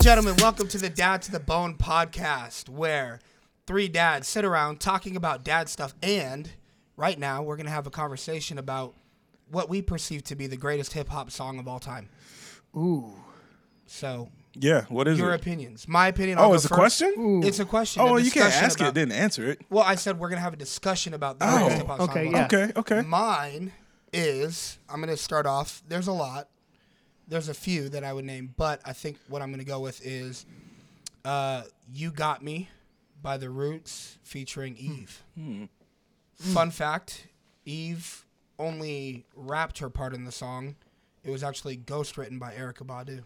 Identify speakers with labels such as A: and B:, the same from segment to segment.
A: gentlemen, welcome to the Dad to the Bone podcast, where three dads sit around talking about dad stuff. And right now, we're going to have a conversation about what we perceive to be the greatest hip hop song of all time.
B: Ooh.
A: So,
C: Yeah, what is
A: your
C: it?
A: opinions. My opinion. I'll
C: Oh,
A: go
C: it's a
A: first.
C: question?
A: It's a question.
C: Oh,
A: a
C: you can't
A: discussion
C: ask
A: about-
C: it, then answer it.
A: Well, I said we're going to have a discussion about the
C: Oh,
A: greatest hip hop song.
B: okay,
A: of all
B: yeah.
A: time.
C: Okay, okay.
A: Mine is I'm going to start off. There's a lot. There's a few that I would name, but I think what I'm going to go with is uh, "You Got Me" by The Roots featuring
C: Hmm.
A: Eve. Hmm. Fun fact: Eve only rapped her part in the song. It was actually ghostwritten by Erica Badu.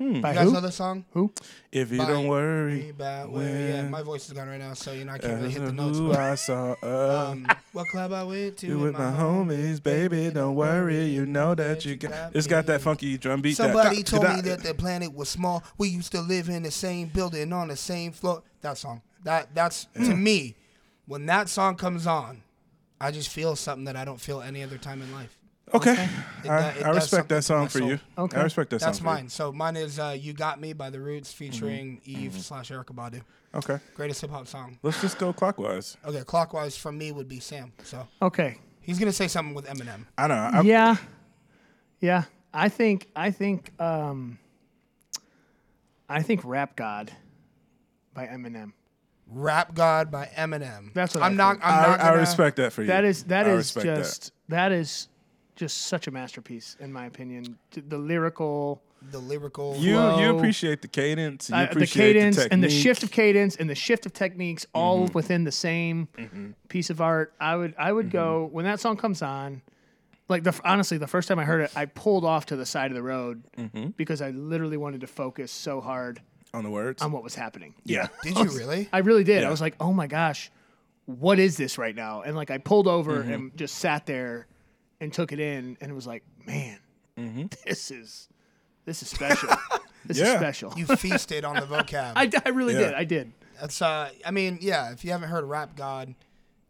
A: You
B: By
A: guys
B: who?
A: know the song?
B: who?
C: If you
A: Bye.
C: don't
A: Me
C: worry
A: about where- Yeah,
C: when-
A: my voice is gone right now, so you know I can't really hit the notes.
C: who
A: But,
C: I saw uh,
A: um, what club I went to
C: you with my homies, baby, don't worry, you know that you got. It's got that funky drum beat. that-
A: Somebody told me that the planet was small. We used to live in the same building on the same floor. That song. That that's to me, when that song comes on, I just feel something that I don't feel any other time in life.
C: Okay,
A: It
C: I,
A: do- it
C: I
A: does
C: respect
A: something
C: that
A: to my
C: song for
A: soul.
C: you.
B: Okay.
C: I respect that song.
A: That's
C: for you.
A: mine. So mine is uh, "You Got Me" by The Roots featuring
B: Mm-hmm.
A: Eve slash Erica Badu.
C: Okay,
A: Greatest hip hop song.
C: let's just go clockwise.
A: Okay, clockwise from me would be Sam. So
B: Okay.
A: he's gonna say something with Eminem.
C: I don't know. I,
B: yeah. Yeah. I think I think um I think Rap God by Eminem.
A: Rap God by Eminem.
B: That's what
A: I'm
B: I
A: not.
B: think.
A: I'm
C: I,
A: not.
C: I
A: gonna-
C: respect that for you.
B: That is that
C: I
B: is
C: respect that.
B: just that is just such a masterpiece in my opinion. T- The lyrical
A: the lyrical.
C: You you
B: flow.
C: appreciate the cadence. You
B: uh, the
C: appreciate
B: cadence and the
C: technique. Mm-hmm.
B: shift of cadence and the shift of techniques all within the same piece of art. I would I would go
C: Mm-hmm.
B: when that song comes on. Like the honestly, the first time I heard it, I pulled off to the side of the road
C: Mm-hmm.
B: because I literally wanted to focus so hard
C: on the words.
B: on what was happening.
C: yeah.
A: Did you really?
B: I really did. I
C: Yeah.
B: was like, oh my gosh, what is this right now? And like I pulled over
C: Mm-hmm.
B: and just sat there and took it in and it was like, man, this is this is special. this is
C: Mm-hmm. Yeah.
B: special.
A: You feasted on the vocab.
B: I, I really
C: Yeah.
B: did. I did.
A: That's uh, I mean, yeah. If you haven't heard Rap God,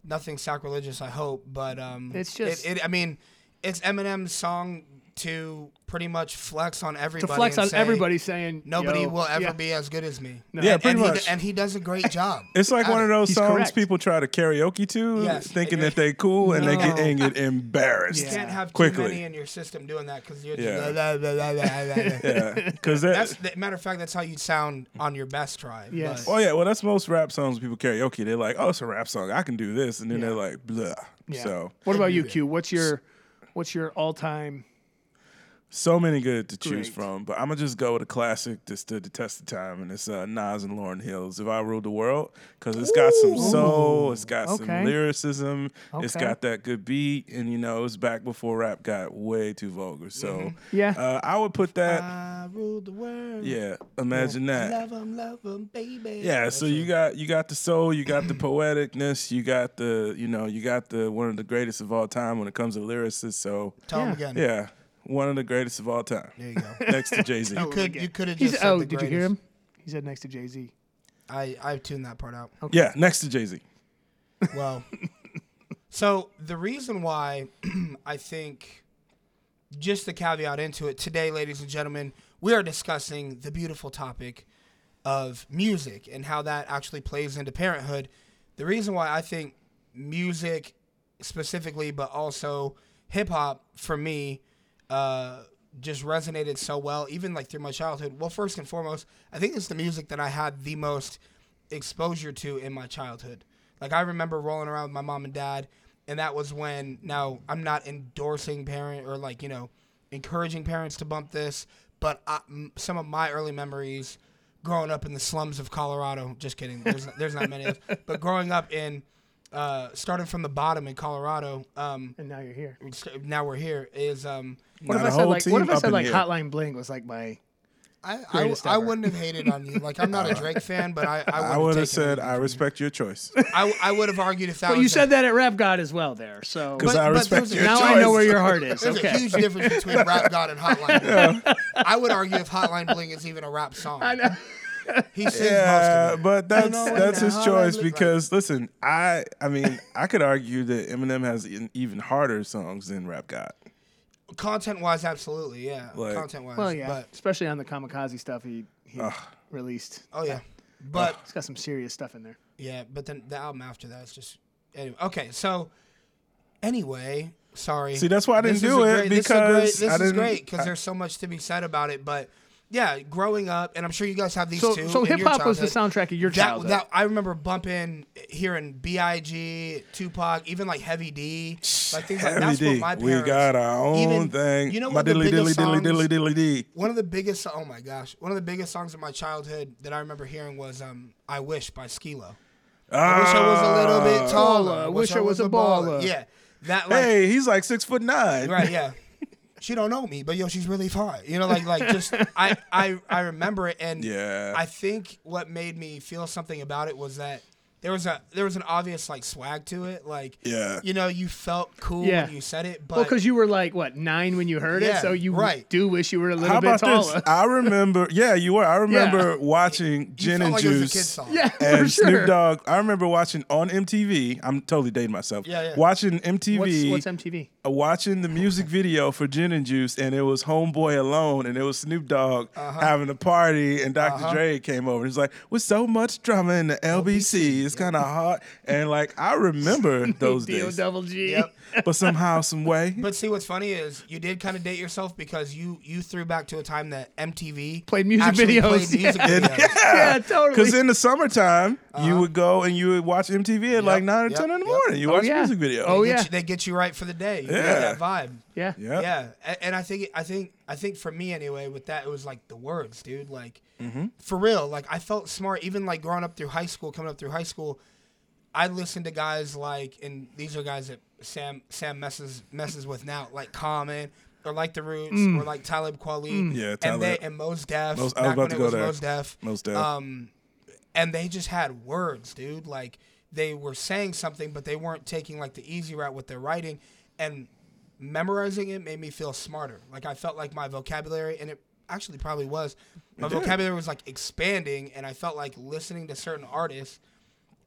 A: nothing sacrilegious, I hope. But um,
B: It's just-
A: it, it, I mean, it's Eminem's song to pretty much flex on everybody.
B: to flex
A: and
B: on
A: say,
B: everybody saying
A: Nobody
B: yo,
A: will ever
B: yeah.
A: be as good as me.
C: Yeah,
A: and,
C: pretty
A: and
C: much.
A: He, and he does a great job.
C: It's like
A: at
C: one of
A: it.
C: those
B: He's
C: songs
B: correct.
C: people try to karaoke to,
A: Yes,
C: thinking
A: and you're-
C: that they cool, and they get
B: No.
C: and get embarrassed.
A: You can't have too
C: Quickly.
A: many in your system doing that because you're just
C: Yeah.
A: la, la, la, la, la, la, la.
C: because
A: That's
C: that's.
A: the, matter of fact. That's how you sound on your best try.
B: Yes.
C: Oh yeah, well that's most rap songs people karaoke. They're like, oh, it's a rap song. I can do this, and then they're like, blah.
B: Yeah.
C: So
B: what about you, Q? What's your what's your all time?
C: so many good to choose
B: Great.
C: from, but I'm gonna just go with a classic that stood the test of time, and it's uh, Nas and Lauren Hill's "If I Ruled the World" because it's got some soul, it's got
B: Okay.
C: some lyricism, it's
B: Okay.
C: got that good beat, and you know it's back before rap got way too vulgar. So
B: Mm-hmm. Yeah.
C: uh, I would put that.
A: I ruled the world.
C: yeah, imagine that.
A: Love 'em, love 'em, baby.
C: Yeah, so you got you got the soul, you got the poeticness, you got the you know you got the one of the greatest of all time when it comes to lyricists. So
A: Tell him
B: Yeah.
A: again.
C: yeah, one of the greatest of all time,
A: There you go.
C: next to Jay Z.
A: You could you could have
B: He's
A: just said
B: oh,
A: the
B: did you hear
A: greatest.
B: him? He said next to Jay Z.
A: I I tuned that part out.
C: Yeah, next to Jay Z.
A: Well, so the reason why I think just the caveat into it today, ladies and gentlemen, we are discussing the beautiful topic of music and how that actually plays into parenthood. The reason why I think music specifically, but also hip hop for me, uh, just resonated so well, even like through my childhood. Well, first and foremost, I think it's the music that I had the most exposure to in my childhood. Like I remember rolling around with my mom and dad, and that was when. Now I'm not endorsing parent or like you know, encouraging parents to bump this, but I, m- some of my early memories growing up in the slums of Colorado. Just kidding. There's not, there's not many of those. But growing up in, uh, starting from the bottom in Colorado, um,
B: And now you're here.
A: now we're here. Is um,
B: What
C: Now
B: if I
C: the
B: said
C: whole
B: like what if
C: team
B: I
C: up
B: said
C: in
B: like
C: here.
B: Hotline Bling was like my
A: I I,
B: Greatest
A: I
B: ever.
A: wouldn't have hated on you. Like I'm not a Drake fan, but I
C: I
A: I
C: would
A: would
C: have said I respect your choice
A: I, I would have argued if that.
B: But Oh, you
A: was a-
B: said that at Rap God as well there. So
C: because
A: But-
C: I
A: but
C: respect
A: there's a-
C: your
B: now
C: choice.
B: I know where your heart is.
A: There's a
B: Okay.
A: huge difference between Rap God and Hotline Bling. I would argue if Hotline Bling is even a rap song. I
B: know.
A: He sings
C: Yeah,
A: most of it.
C: but that's
A: know
C: that's
A: now
C: his
A: how
C: choice
A: I look like.
C: because listen, I I mean I could argue that Eminem has an even harder songs than Rap God.
A: Content wise, absolutely, yeah.
C: Like-
A: Content wise.
B: Well yeah.
A: But
B: Especially on the kamikaze stuff he he he released.
A: Oh yeah, but
B: It's got some serious stuff in there.
A: yeah, but then the album after that is just anyway. Okay, so anyway, sorry.
C: See, that's why I didn't
A: This is
C: do
A: a
C: it
A: great- this
C: because
A: is a great,
C: I
A: this is
C: didn't-
A: great because
C: I-
A: there's so much to be said about it. But yeah, growing up, and I'm sure you guys have these
B: So,
A: too.
B: so
A: in your
B: hip hop was the
A: childhood.
B: soundtrack of your
A: That,
B: childhood.
A: that I remember bumping, hearing B.I.G., Tupac, even like Heavy D, like things like that's
C: Heavy
A: what
C: D,
A: my
C: we
A: parents.
C: got our own
A: even-
C: thing.
A: you know
C: my
A: what the
C: diddly diddly
A: biggest
C: diddly diddly
A: songs-
C: diddly dee.
A: One of the biggest, oh my gosh, one of the biggest songs of my childhood that I remember hearing was um, "I Wish" by Skilo. I wish I was a little bit taller.
B: Baller.
A: I
B: Wish I was a baller.
A: Yeah, that like
C: Ah, Hey, he's like six foot nine.
A: right yeah she don't know me but yo she's really fine you know like like just i i i remember it and
C: Yeah.
A: i think what made me feel something about it was that there was a there was an obvious like swag to it like
C: Yeah.
A: you know you felt cool
B: Yeah.
A: when you said it but
B: well, because you were like what nine when you heard it,
A: Yeah,
B: so you
A: right.
B: do wish you were a little
C: How
B: bit
C: about
B: taller.
C: this? I remember. Yeah, you were. I remember watching
A: you
C: Gin
A: felt
C: and
A: like
C: Juice.
A: it was a kid's song
B: Yeah, for
C: and
B: sure.
C: Snoop Dogg. I remember watching on MTV. I'm totally dating myself.
A: Yeah, yeah.
C: Watching MTV.
B: What's, what's MTV?
C: uh, watching the music video for Gin and Juice, and it was Homeboy alone, and it was Snoop Dogg
A: Uh-huh.
C: having a party, and doctor Dre came over. and He's like, "With so much drama in the LBC, it's kind of hard." And like, I remember those
B: D O
C: days,
B: double G.
A: Yep.
C: but somehow, some way,
A: but see what's funny is you did kind of date yourself because you you threw back to a time that mtv
B: Played music
A: actually
B: videos,
A: played music
B: yeah.
A: videos.
B: Yeah, totally.
C: because in the summertime, you would go and you would watch MTV at like nine or
A: yep,
C: ten in the
A: yep.
C: morning. You watch
B: yeah.
C: music video.
B: Oh,
A: They get
B: yeah.
A: you- they get you right for the day you yeah
C: Yeah.
A: that vibe
B: yeah.
C: yeah,
A: Yeah, a- and I think I think I think for me anyway, with that it was like the words, dude. Like
C: Mm-hmm.
A: for real, like I felt smart even like growing up through high school, coming up through high school. I listened to guys like, and these are guys that Sam Sam messes messes with now, like Common or like the Roots or like Talib Kweli,
C: Mm. Yeah,
A: and they
C: Talib.
A: and Mos Def.
C: Mos- I was
A: back
C: about
A: when
C: to
A: it
C: go
A: was
C: there.
A: Mos Def.
C: Mos Def.
A: Um, and they just had words, dude. Like they were saying something, but they weren't taking like the easy route with their writing. And memorizing it made me feel smarter. Like I felt like my vocabulary, and it actually probably was, my vocabulary was like expanding, and I felt like listening to certain artists.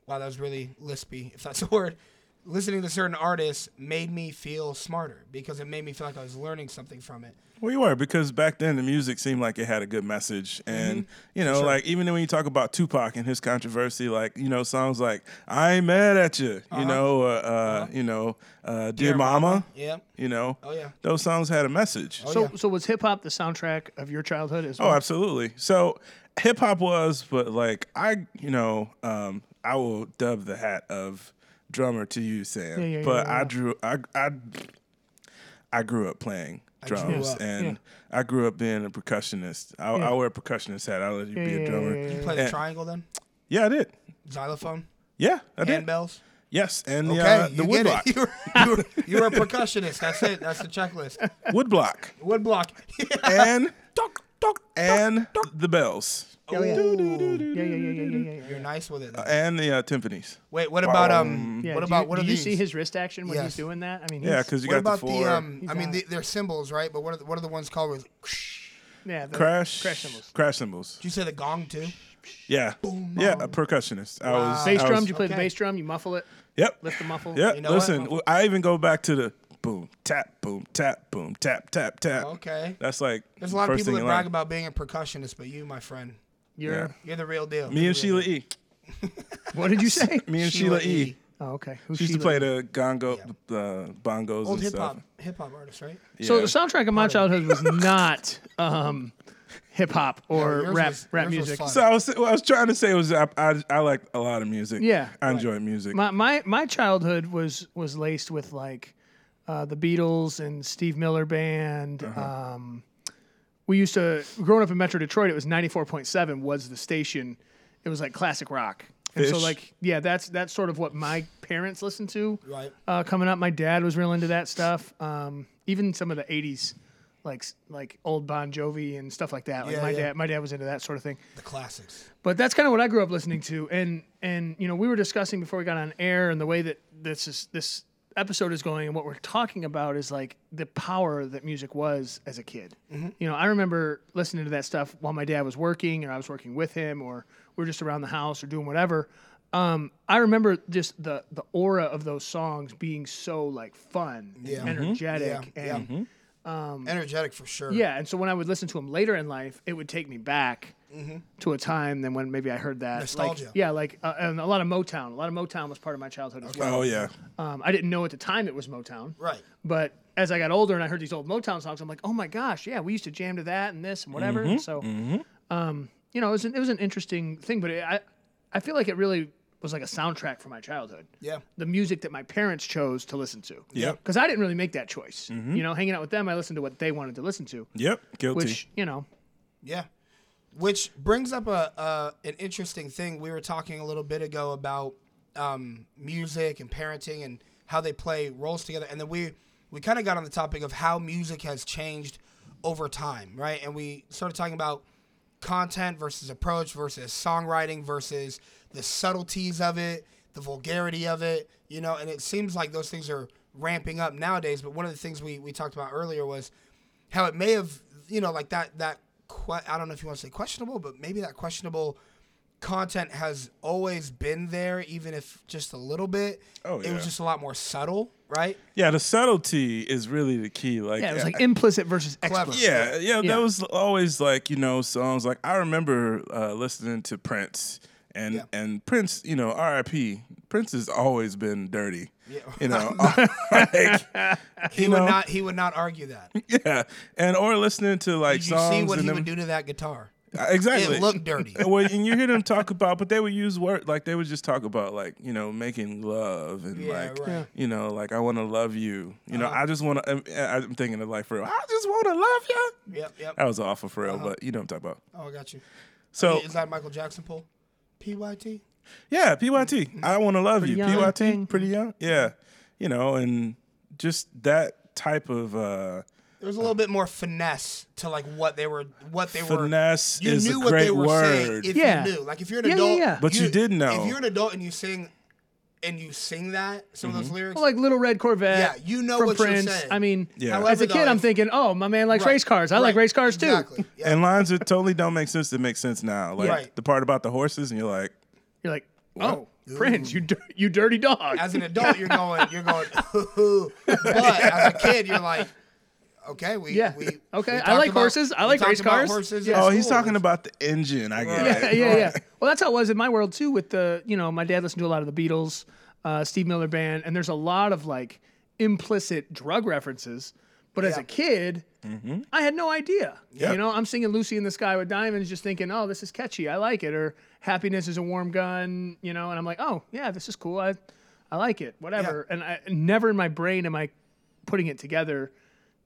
A: Wow, that was really lispy, if that's a word. Listening to certain artists made me feel smarter because it made me feel like I was learning something from it.
C: Well, you were because back then the music seemed like it had a good message, and you know, like even when you talk about Tupac and his controversy, like you know, songs like "I Ain't Mad at You," you know, uh, uh, you know, uh, "Dear Mama,",
A: Yeah.
C: you know,
A: Oh, yeah.
C: those songs had a message.
A: Oh,
B: So,
A: yeah.
B: so was hip hop the soundtrack of your childhood as well?
C: Oh, absolutely. So hip hop was, but like I, you know, um, I will dub the hat of drummer to you, Sam.
B: Yeah, yeah, yeah,
C: but
B: yeah,
C: I
B: yeah.
C: drew, I, I, I grew up playing
A: grew
C: drums,
A: up.
C: and I grew up being a percussionist. I, I wear a percussionist hat. I let you be
B: yeah,
C: a
B: yeah,
C: drummer.
B: yeah,
C: Yeah,
B: yeah,
A: You play the
C: And-
A: triangle then?
C: I did.
A: Xylophone?
C: Yeah, I did.
A: Handbells?
C: yes, and
A: Okay,
C: the, uh,
A: you
C: the
A: get
C: woodblock.
A: it. You're, you're, you're a percussionist. That's it. That's the checklist.
C: woodblock,
A: Woodblock.
C: and
A: Duck, duck.
C: and the bells,
B: Oh, yeah.
A: Ooh.
B: Yeah, yeah, yeah, yeah, yeah, yeah, yeah.
A: You're nice with it. though.
C: and the uh, timpanies.
A: Wait, what about um?
B: yeah
A: what
B: do
A: about
B: you,
A: what
B: do
A: are
B: you
A: these?
B: see his wrist action when
A: Yes.
B: he's doing that? I mean,
C: Yeah,
B: he's-
C: because you
A: what
C: got
A: about
C: the
A: the,
C: four.
A: um? I
B: He's
A: mean,
B: got-
A: the, they're symbols, right? But what are the, what are the ones called? With,
B: yeah, the
C: Crash,
B: crash cymbals.
C: crash cymbals.
A: did you say the gong too?
C: Yeah. yeah, a percussionist. I was
B: Bass
C: I
B: drum.
C: was-
B: Do you play the
A: okay.
B: bass drum? You muffle it,
C: Yep.
B: lift the muffle.
C: Yep.
A: You know
C: Listen,
A: what?
C: I even go back to the boom, tap, boom, tap, boom, tap, tap, tap.
A: Oh, Okay.
C: That's like
A: There's a lot of
C: first
A: people
C: thing
A: that
C: in
A: brag
C: line.
A: about being a percussionist, but you, my friend,
B: You're.
C: Yeah.
A: you're the real deal.
C: Me and Sheila E.
B: What did you say?
C: Me and Sheila,
A: Sheila
C: E.
A: E.
B: Oh, okay. Who's
C: She used to play the gongo, the bongos
A: Old
C: and
A: hip
C: stuff.
A: hop, hip hop artist, right?
B: So
C: Yeah.
B: the soundtrack of my childhood was not um, hip hop or
A: yours
B: rap
A: was-
B: rap
A: yours was
B: music.
A: fun.
C: So I was, what I was trying to say was I, I, I like a lot of music.
B: Yeah.
C: I enjoy music.
B: My my my childhood was was laced with like uh, the Beatles and Steve Miller Band.
A: Uh-huh.
B: Um, we used to growing up in Metro Detroit. It was ninety four point seven was the station. It was like classic rock. And so
C: Fish.
B: like yeah, that's that's sort of what my parents listened to.
A: Right.
B: Uh, coming up, my dad was real into that stuff. Um, even some of the '80s, like like old Bon Jovi and stuff like that. Like
A: Yeah,
B: my
A: yeah.
B: dad, my dad was into that sort of thing.
A: The classics.
B: But that's kind of what I grew up listening to, and and you know we were discussing before we got on air, and the way that this is this episode is going, and what we're talking about is like the power that music was as a kid.
A: Mm-hmm.
B: You know, I remember listening to that stuff while my dad was working, or I was working with him, or we are just around the house or doing whatever. Um, I remember just the the aura of those songs being so like fun, and
A: Yeah. Mhm.
B: energetic,
A: Yeah,
B: and
C: Mm-hmm.
B: um,
A: Energetic for sure.
B: yeah, and so when I would listen to them later in life, it would take me back to a time than when maybe I heard that. Like,
A: Mm-hmm. Nostalgia.
B: yeah, like uh, and a lot of Motown. A lot of Motown was part of my childhood as well.
C: Oh yeah.
B: Um, I didn't know at the time it was Motown.
A: Right.
B: But as I got older and I heard these old Motown songs, I'm like, oh my gosh, yeah, we used to jam to that and this and whatever.
A: Mm-hmm,
B: so, Um, you know, it was an, it was an interesting thing, but it, I I feel like it really was like a soundtrack for my childhood.
A: Yeah.
B: The music that my parents chose to listen to.
C: Yep.
B: Because I didn't really make that choice.
A: Mm-hmm.
B: You know, hanging out with them, I listened to what they wanted to listen to,
C: Yep. Guilty.
B: which you know,
A: Yeah. Which brings up a uh, an interesting thing. We were talking a little bit ago about um, music and parenting and how they play roles together, and then we we kind of got on the topic of how music has changed over time, right? And we started talking about content versus approach versus songwriting versus the subtleties of it, the vulgarity of it, you know. And it seems like those things are ramping up nowadays. But one of the things we we talked about earlier was how it may have you know like that that que- I don't know if you want to say questionable, but maybe that questionable content has always been there, even if just a little bit.
C: Oh,
A: It
C: yeah.
A: was just a lot more subtle, right?
C: Yeah, the subtlety is really the key. Like,
B: yeah, it was like
C: I-
B: implicit versus explicit.
C: yeah, yeah,
B: Yeah.
C: That was always like you know songs. Like I remember uh, listening to Prince and
A: Yeah.
C: and Prince. You know, R.I.P. Prince has always been dirty.
A: Yeah.
C: You know, like,
A: He would not he would not argue that. Did
C: yeah, and or listening to like
A: you
C: songs
A: see what
C: and
A: he
C: them-
A: would do to that guitar?
C: Uh, Exactly.
A: It looked dirty.
C: And Well, and you hear them talk about, but they would use word like they would just talk about like you know making love and
A: Yeah,
C: like
A: right. Uh-huh. Yeah.
C: you know like I want to love you. You know, I just want to. I'm, I'm thinking of like for real. I just want to love you.
A: Yep, yep.
C: That was awful for real,
A: Uh-huh.
C: but you know what I'm talking about.
A: Oh, I got you.
C: So
A: Is that Michael Jackson pull? PYT.
C: yeah, PYT. I want to love you.
B: young
C: PYT.
B: thing.
C: Pretty young. Yeah. You know, and just that type of uh
A: There was a little bit more finesse to like what they were what they were
C: finesse
A: you
C: is
A: knew
C: a
A: what they
C: great
A: were saying
C: word.
A: if
B: Yeah.
A: you knew. Like if you're an
B: Yeah, yeah,
A: adult,
B: yeah.
C: But you did know.
A: If you're an adult and you sing, and you sing that some
C: Mm-hmm.
A: of those lyrics,
B: Well, like Little Red Corvette.
A: Yeah, you know
B: from
A: what you're
B: Prince.
A: saying.
B: I mean,
C: Yeah.
B: as
A: However,
B: a kid,
A: though,
B: I'm
A: if-
B: thinking, oh, my man likes
A: Right.
B: race cars. I like
A: Right.
B: race cars too.
A: Exactly. Yeah.
C: And lines that totally don't make sense that make sense now. Like
A: Right.
C: the part about the horses, and you're like,
B: You're like, oh, Prince, you dir- you dirty dog.
A: as an adult, you're going, you're going, "Ooh." but as a kid, you're like, okay, we,
B: Yeah.
A: we
B: Okay,
A: we
B: I
A: talked
B: like
A: about-
B: horses. I
A: we
B: like
A: talked
B: race
A: about
B: cars.
A: Horses.
B: Yeah.
C: Oh, he's talking about the engine. I get
B: yeah,
C: it.
B: yeah, yeah. Well, that's how it was in my world too. With the, you know, my dad listened to a lot of the Beatles, uh, Steve Miller Band, and there's a lot of like implicit drug references. But as
A: Yeah.
B: a kid, I had no idea.
C: Yep.
B: You know, I'm singing "Lucy in the Sky with Diamonds," just thinking, "Oh, this is catchy. I like it." Or "Happiness is a Warm Gun," you know, and I'm like, "Oh, yeah, this is cool. I, I like it. Whatever." And I never in my brain am I putting it together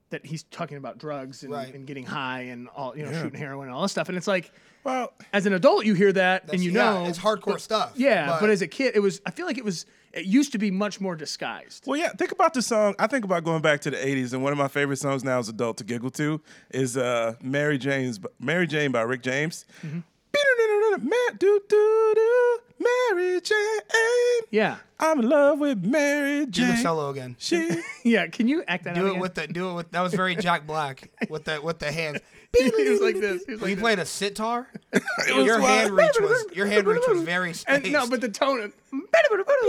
B: that he's talking about drugs and,
A: Right.
B: and getting high and all, you know, shooting heroin and all this stuff. And it's like.
C: Well,
B: as an adult you hear that and you
A: Yeah,
B: know
A: it's hardcore stuff.
B: yeah but, as a kid it was i feel like it was it used to be much more disguised
C: well, yeah. Think about the song. I think about going back to the '80s, and one of my favorite songs now as an adult to giggle to is uh, "Mary Jane's Mary Jane" by Rick James. Ma- do, do, do, Mary Jane.
B: yeah
C: I'm in love with Mary
A: do the
C: Jane.
A: solo again.
C: She.
B: yeah can you act that out
A: Do it
B: again?
A: with the do it with that was very Jack Black with the with the hands.
B: he was like this he was
A: When you
B: like
A: played a sitar,
C: was
A: your hand
C: wild.
A: reach was your hand reach was very
B: this. and
A: spaced.
B: no but the tone of,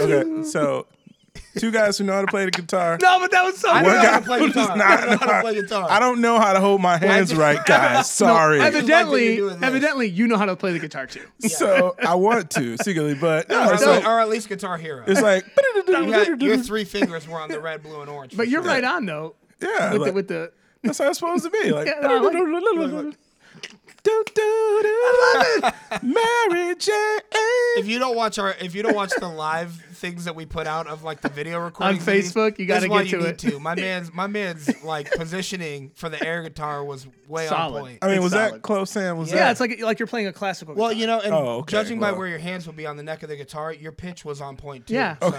C: Okay, so two guys who know how to play the guitar.
B: no but that was so
A: I don't
C: One
A: know
B: good.
A: how
C: guy
A: to play
C: who
A: guitar.
C: does
A: I
C: not
A: don't know how to
C: know-
A: play guitar.
C: I don't know how to hold my hands
A: just-
C: right, guys. Sorry.
B: evidently
A: doing this.
B: evidently you know how to play the guitar too
C: So I want to secretly, but no,
A: or,
C: it's,
A: at least-
C: like,
A: or at least Guitar Hero.
C: it's like
A: You got- your three fingers were on the red, blue, and orange.
B: but you're right on though
C: yeah,
B: with, the,
C: like,
B: with the
C: that's how it's supposed to be. Like,
B: Yeah, no, I like
C: do, do, do, I love it. Mary Jane.
A: If you don't watch our, if you don't watch the live things that we put out of like the video recording
B: Facebook, you gotta get to it.
A: My man's, my man's like positioning for the air guitar was way
B: Solid.
A: on point.
C: I mean,
B: It's
C: was that
B: solid.
C: close, Sam? Was
B: yeah,
C: that?
B: it's like like you're playing a classical
A: Well,
B: guitar.
A: you know, and
C: Oh, okay,
A: judging by
C: well.
A: where your hands would be on the neck of the guitar, your pitch was on point too.
B: yeah
A: So-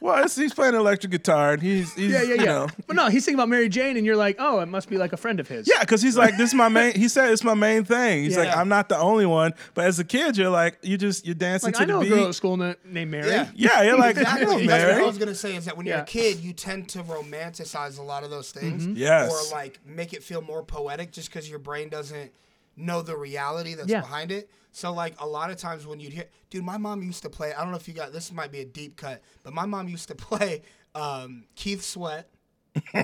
C: well, it's, he's playing electric guitar, and he's, he's
B: yeah yeah yeah
C: you know,
B: but no he's thinking about mary jane and you're like oh it must be like a friend of his
C: Yeah, because he's like, this is my main. He said it's my main thing. He's like,
A: Yeah.
C: I'm not the only one. But as a kid, you're like, you just you're dancing
B: Like
C: to
B: I
C: the
B: know a
C: beat.
B: girl at school na- named Mary.
A: Yeah.
C: Yeah, you're like,
A: Exactly.
C: damn,
A: That's what I
C: Mary.
A: was gonna say is that when you're
B: Yeah.
A: a kid, you tend to romanticize a lot of those things,
C: Mm-hmm. Yes.
A: or like make it feel more poetic, just because your brain doesn't know the reality that's
B: Yeah.
A: behind it. So like a lot of times when you'd hear, dude, my mom used to play. I don't know if you got this. Might be a deep cut, but my mom used to play um, Keith Sweat,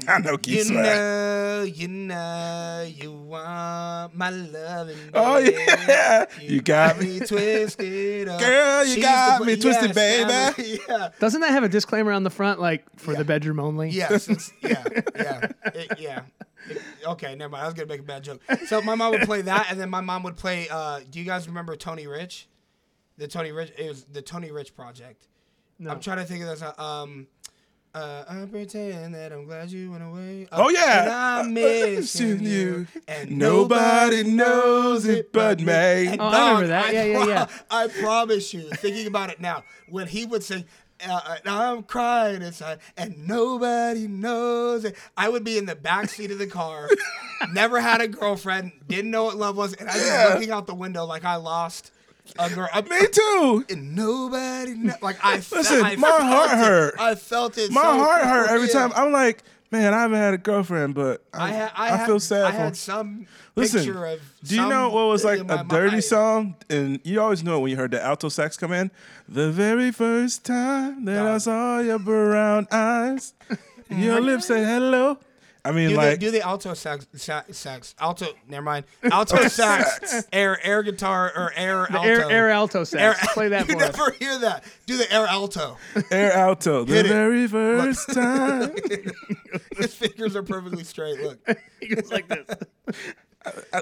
C: I know Keith
A: You
C: Sweat.
A: know, you know, you want my loving.
C: Oh
A: baby.
C: yeah, you got me.
A: twisted, up.
C: Girl, you
A: She's
C: got
A: the-
C: me twisted,
A: yes,
C: baby.
A: I'm-
B: Doesn't that have a disclaimer on the front, like for the bedroom only?
A: yeah, yes, it's, yeah, yeah, it- yeah. It- okay, never mind. I was gonna make a bad joke. So my mom would play that, and then my mom would play. Uh, do you guys remember Tony Rich? The Tony Rich. It was the Tony Rich project.
B: No.
A: I'm trying to think of this. uh, Um, uh, I pretend that I'm glad you went away. Uh,
C: Oh yeah,
A: and I'm missing you, and
C: Nobody knows it but me.
A: And
B: Oh, I remember
A: dog,
B: that. Yeah, yeah,
A: pro-
B: yeah.
A: I promise you, thinking about it now, when he would sing, uh, uh, I'm crying inside, and nobody knows it. I would be in the back seat of the car, never had a girlfriend, didn't know what love was, and I'd be
C: Yeah.
A: looking out the window like I lost a girl. I-
C: Me too.
A: and nobody, kno- like I. fe-
C: Listen,
A: I
C: my
A: felt
C: heart
A: it.
C: hurt.
A: I felt it.
C: My
A: so
C: heart hurt every
A: real.
C: time. I'm like, man, I haven't had a girlfriend, but I,
A: I, ha-
C: I,
A: I, had-
C: feel sad
A: I
C: for.
A: had some
C: Listen,
A: picture of.
C: do you know what was
A: some
C: like
A: in my
C: a dirty
A: mind.
C: song? And you always know it when you heard the alto sax come in. The very first time that I
A: Dog.
C: saw your brown eyes, your lips said hello. I mean,
A: Do,
C: like,
A: the, do the alto sax, sax, sax, alto. Never mind. Alto sax, air, air guitar, or air
B: The
A: alto.
B: air, air alto
A: Air-
B: sax. Play that
A: you
B: for us.
A: never hear that. Do the air alto.
C: air alto. The
A: Hit it.
C: very first time.
A: His fingers are perfectly straight. Look,
B: He goes like this.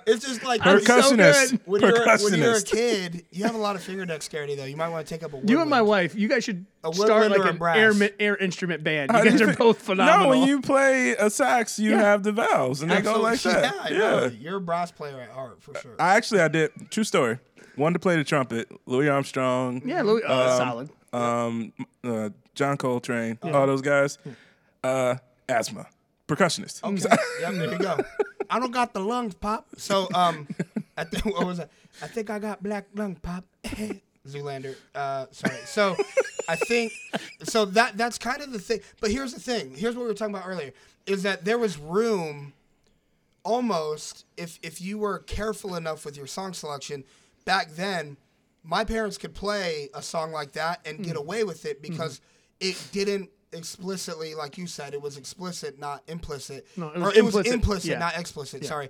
A: it's just like
B: I'm so
C: Percussionist.
B: good.
A: when, you're, a- when you're a
C: Percussionist.
A: kid, you have a lot of finger dexterity though. You might want to take up a.
B: You and my
A: woodwind.
B: wife, you guys should
A: A woodwind
B: start like
A: or a
B: an
A: brass?
B: air, mi- air instrument band. You
C: How do
B: guys
C: you
B: are
C: fi-
B: both phenomenal.
C: No, when you play a sax, you
B: Yeah.
C: have the valves, and they go like
A: Absolutely.
C: that.
A: Yeah, I know. you're a brass player at heart
B: Uh,
A: for sure.
C: I actually I did. True story. Wanted to play the trumpet. Louis Armstrong.
B: yeah, Louis, uh, solid.
C: um, uh, John Coltrane, all those guys. Uh, asthma, percussionist.
A: Okay. yep, there you go. I don't got the lungs, pop. So um, I think what was that? I think I got black lung, pop. Zoolander. Uh, sorry. So I think so that that's kind of the thing. But here's the thing. Here's what we were talking about earlier. Is that there was room, almost if if you were careful enough with your song selection, back then. My parents could play a song like that and
B: Mm.
A: get away with it because
B: Mm-hmm.
A: it didn't explicitly, like you said, it was explicit, not implicit
B: No, it
A: or
B: was
A: it was
B: implicit.
A: implicit,
B: Yeah.
A: not explicit. Sorry,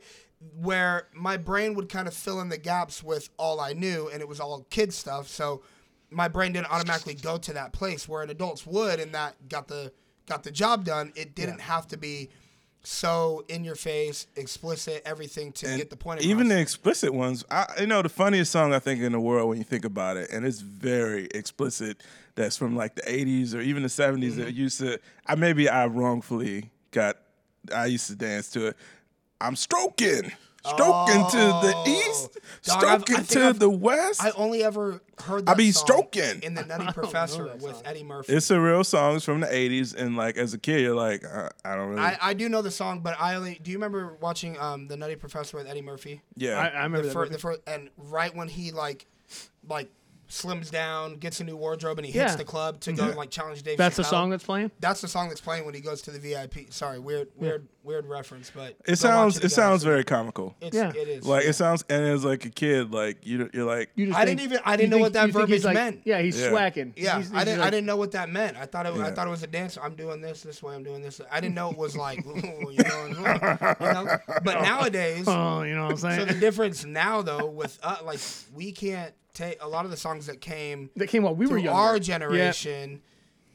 A: where my brain would kind of fill in the gaps with all I knew, and it was all kid stuff. So my brain didn't automatically go to that place where an adult's would, and that got the got the job done. It didn't have to be so in your face, explicit, everything to get the point. Across.
C: Even the explicit ones. I, you know, the funniest song I think in the world when you think about it, and it's very explicit. That's from like the '80s or even the '70s. That
A: Mm-hmm.
C: used to. I maybe I wrongfully got. I used to dance to it. I'm stroking, stroking to the east,
A: Oh. Dog, I've- I
C: stroking
A: think
C: to
A: I've-
C: the west.
A: I only ever heard that
C: be
A: song
C: stroking.
A: in the Nutty Professor with Eddie Murphy.
C: it's a real song. It's from the '80s, and like as a kid, you're like, I, I don't really.
A: I, I do know the song, but I only. Do you remember watching um, the Nutty Professor with Eddie Murphy?
C: yeah,
B: I, I remember
A: the
B: that.
A: fir-
B: movie.
A: the fir- and right when he like like slims down, gets a new wardrobe, and he hits
B: Yeah. Mm-hmm.
A: the club to go like challenge Dave.
B: That's the
A: Chappelle.
B: song that's playing.
A: That's the song that's playing when he goes to the VIP. Sorry, weird, weird, weird reference, but go
C: It sounds
A: watch
C: it,
A: again.
C: sounds very comical.
A: It's,
B: Yeah.
A: it is.
C: like it sounds, and as like a kid, like you you're like
B: You just
A: I
B: think-
A: didn't even- I
B: you
A: didn't know
B: think-
A: what that
B: you think
A: verbiage
B: he's like-
A: meant.
B: Yeah, he's
C: Yeah.
B: slacking.
A: yeah,
B: He's-
A: I
B: he's
A: didn't. I
B: like-
A: didn't know what that meant. I thought it. I
C: Yeah.
A: thought it was a dance. I'm doing this this way. I'm doing this. I didn't know it was like. you know, you know? But nowadays,
B: Oh, you know what I'm
A: so
B: saying?
A: the difference now though with uh, like we can't take a lot of the songs that came
B: that came while we were
A: through
B: younger.
A: our
B: Yeah.
A: generation,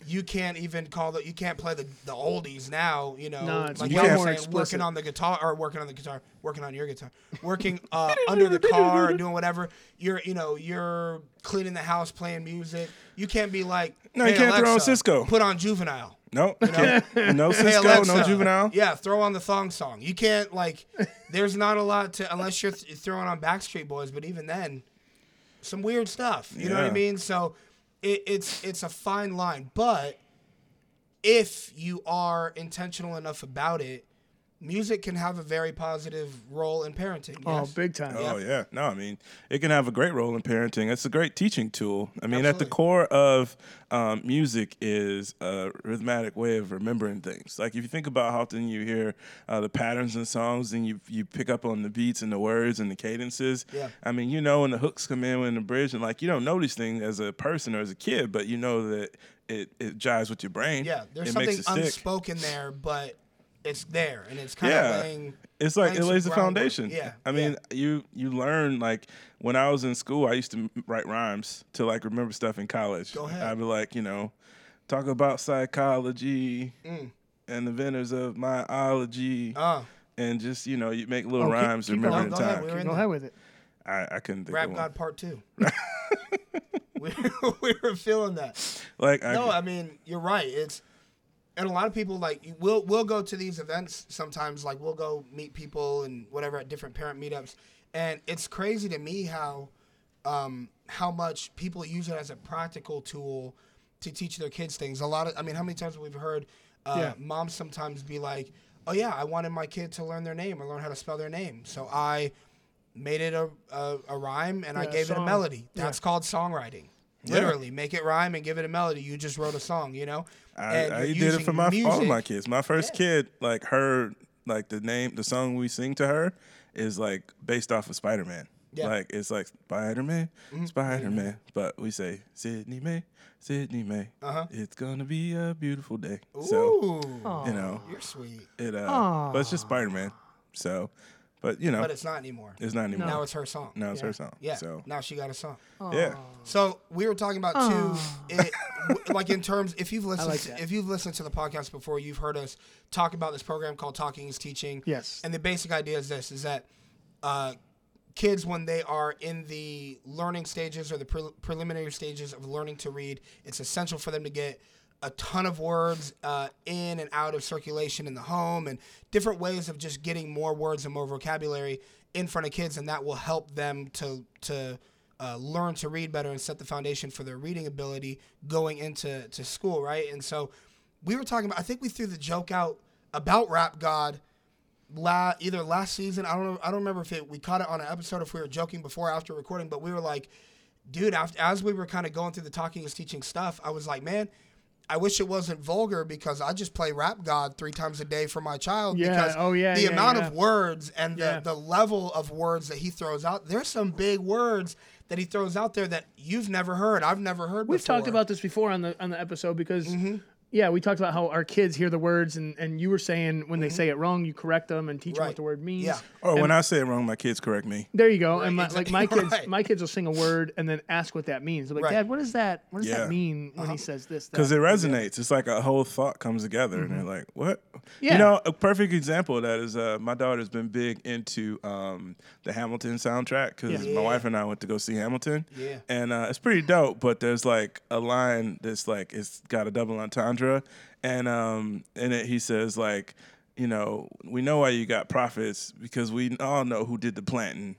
A: you can't even call the you can't play the, the oldies now. You know,
B: No, it's
A: like
B: way
A: y'all
C: more
A: saying,
B: explicit.
A: working on the guitar or working on the guitar, working on your guitar, working uh, under the car or doing whatever. You're you know you're cleaning the house, playing music. You can't be like
C: No, you
A: "Hey,
C: can't throw on
A: Alexa,
C: Cisco."
A: Put on Juvenile.
C: no, you can't. no Cisco, no
A: Alexa,
C: juvenile.
A: Yeah, throw on the thong song. You can't like. there's not a lot to unless you're th- throwing on Backstreet Boys, but even then, some weird stuff. You know what I
C: Yeah.
A: mean? So, it, it's it's a fine line, but if you are intentional enough about it, music can have a very positive role in parenting.
B: Oh,
A: yes?
B: big time.
C: Oh yeah, no, I mean it can have a great role in parenting. It's a great teaching tool. I mean, at the
A: Absolutely.
C: core of um, music is a rhythmic way of remembering things. Like if you think about how often you hear uh, the patterns in songs, and you you pick up on the beats and the words and the cadences.
A: Yeah.
C: I mean, you know when the hooks come in when the bridge, and like you don't know these things as a person or as a kid, but you know that it it jives with your brain.
A: yeah. There's
C: it
A: something
C: makes it stick.
A: unspoken there, but it's there and it's kind of
C: yeah.
A: laying.
C: It's like
A: laying
C: it
A: some
C: lays the
A: groundwork.
C: foundation.
A: Yeah,
C: I mean, you you learn like when I was in school, I used to m- write rhymes to like remember stuff in college.
A: Go ahead.
C: I'd be like, you know, talk about psychology
A: Mm.
C: and the vendors of my ology.
A: Uh,
C: and just you know, you make little
B: Oh, keep-
C: rhymes to
B: keep
C: remember
B: going.
C: the
A: Go ahead,
C: time.
A: we were in
B: Go
A: there.
B: ahead with it.
C: I, I couldn't think
A: Rap
C: of one.
A: God Part Two. we we were feeling that.
C: Like I,
A: No, I mean you're right. It's and a lot of people like you- we'll we'll go to these events sometimes. Like we'll go meet people and whatever at different parent meetups, and it's crazy to me how um, how much people use it as a practical tool to teach their kids things. A lot of I mean, how many times we've heard uh,
B: Yeah.
A: moms sometimes be like, "Oh yeah, I wanted my kid to learn their name or learn how to spell their name, so I." Made it a, a, a rhyme and I
B: Yeah,
A: gave it a
B: song.
A: melody. That's called songwriting.
C: Yeah.
A: Literally, make it rhyme and give it a melody. You just wrote a song, you know.
C: I,
A: And
C: I
A: you're
C: did it
A: using
C: for my all of
A: music.
C: my kids. My first kid, like her, like the name, the song we sing to her is like based off of Spider Man.
A: Yeah. Mm-hmm.
C: Like it's like Spider Man, Spider Man, but we say Sydney May, Sydney May.
A: Uh-huh.
C: It's gonna be a beautiful day. So
A: Ooh,
C: you know
A: you're sweet,
C: it. Uh, But it's just Spider Man. So, but you know
A: but
C: it's,
A: it's not anymore.
C: not anymore.
A: Now it's her song.
C: Now it's her song.
A: yeah.
C: So
A: Now she got a song.
C: yeah.
A: So we were talking about two, it, w- like in terms if you've listened
B: like
A: to,
B: that.
A: if you've listened to the podcast before, you've heard us talk about this program called Talking is Teaching.
B: Yes.
A: And the basic idea is this: is that uh, kids, when they are in the learning stages or the pre- preliminary stages of learning to read, it's essential for them to get a ton of words uh, in and out of circulation in the home and different ways of just getting more words and more vocabulary in front of kids, and that will help them to to uh, learn to read better and set the foundation for their reading ability going into to school, right? And so we were talking about. I think we threw the joke out about Rap God la- either last season. I don't know. I don't remember if it, we caught it on an episode if we were joking before or after recording, but we were like, dude, after, as we were kind of going through the talking is teaching stuff, I was like, man, I wish it wasn't vulgar because I just play rap god three times a day for my child.
B: Yeah.
A: Because
B: Oh, yeah,
A: The
B: yeah,
A: amount
B: yeah.
A: of words and the,
B: Yeah.
A: the level of words that he throws out. There's some big words that he throws out there that you've never heard. I've never heard.
B: We've talked about this before on the on the episode because
A: Mm-hmm.
B: yeah, we talked about how our kids hear the words and and you were saying when they say it wrong, you correct them and teach
A: Mm-hmm.
B: them
A: Right.
B: what the word means.
A: Yeah.
C: Or when I say it wrong, my kids correct me.
B: There you go. and my,
A: exactly.
B: like my kids,
A: Right.
B: my kids will sing a word and then ask what that means. They'll be like,
A: Right. Uh-huh.
B: Dad, what does that? What does
C: Yeah.
B: that mean when he says this? that?"
C: because it resonates. It's like a whole thought comes together, and they're like, "What?"
B: Mm-hmm. Yeah.
C: You know, a perfect example of that is uh, my daughter's been big into um, the Hamilton soundtrack because
B: Yeah.
C: my wife and I went to go see Hamilton.
A: Yeah.
C: and uh, it's pretty dope. But there's like a line that's like it's got a double entendre, and um, in it he says like, you know, we know why you got profits because we all know who did the planting.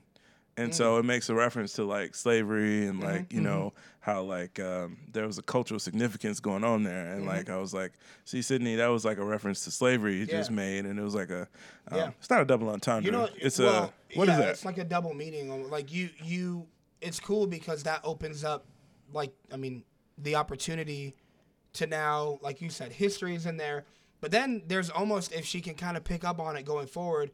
C: And
A: Mm.
C: so it makes a reference to like slavery
A: Mm-hmm.
C: and like you know how like um, there was a cultural significance going on there
A: Mm-hmm.
C: and like I was like see Sydney that was like a reference to slavery you just
A: Yeah.
C: made and it was like a um,
A: Yeah.
C: it's not a double entendre
A: You know,
C: it's
A: well,
C: a what is
A: yeah,
C: that
A: It's like a double meaning. al- Like you, you. It's cool because that opens up, like I mean, the opportunity to now, like you said, history is in there. But then there's almost if she can kind of pick up on it going forward,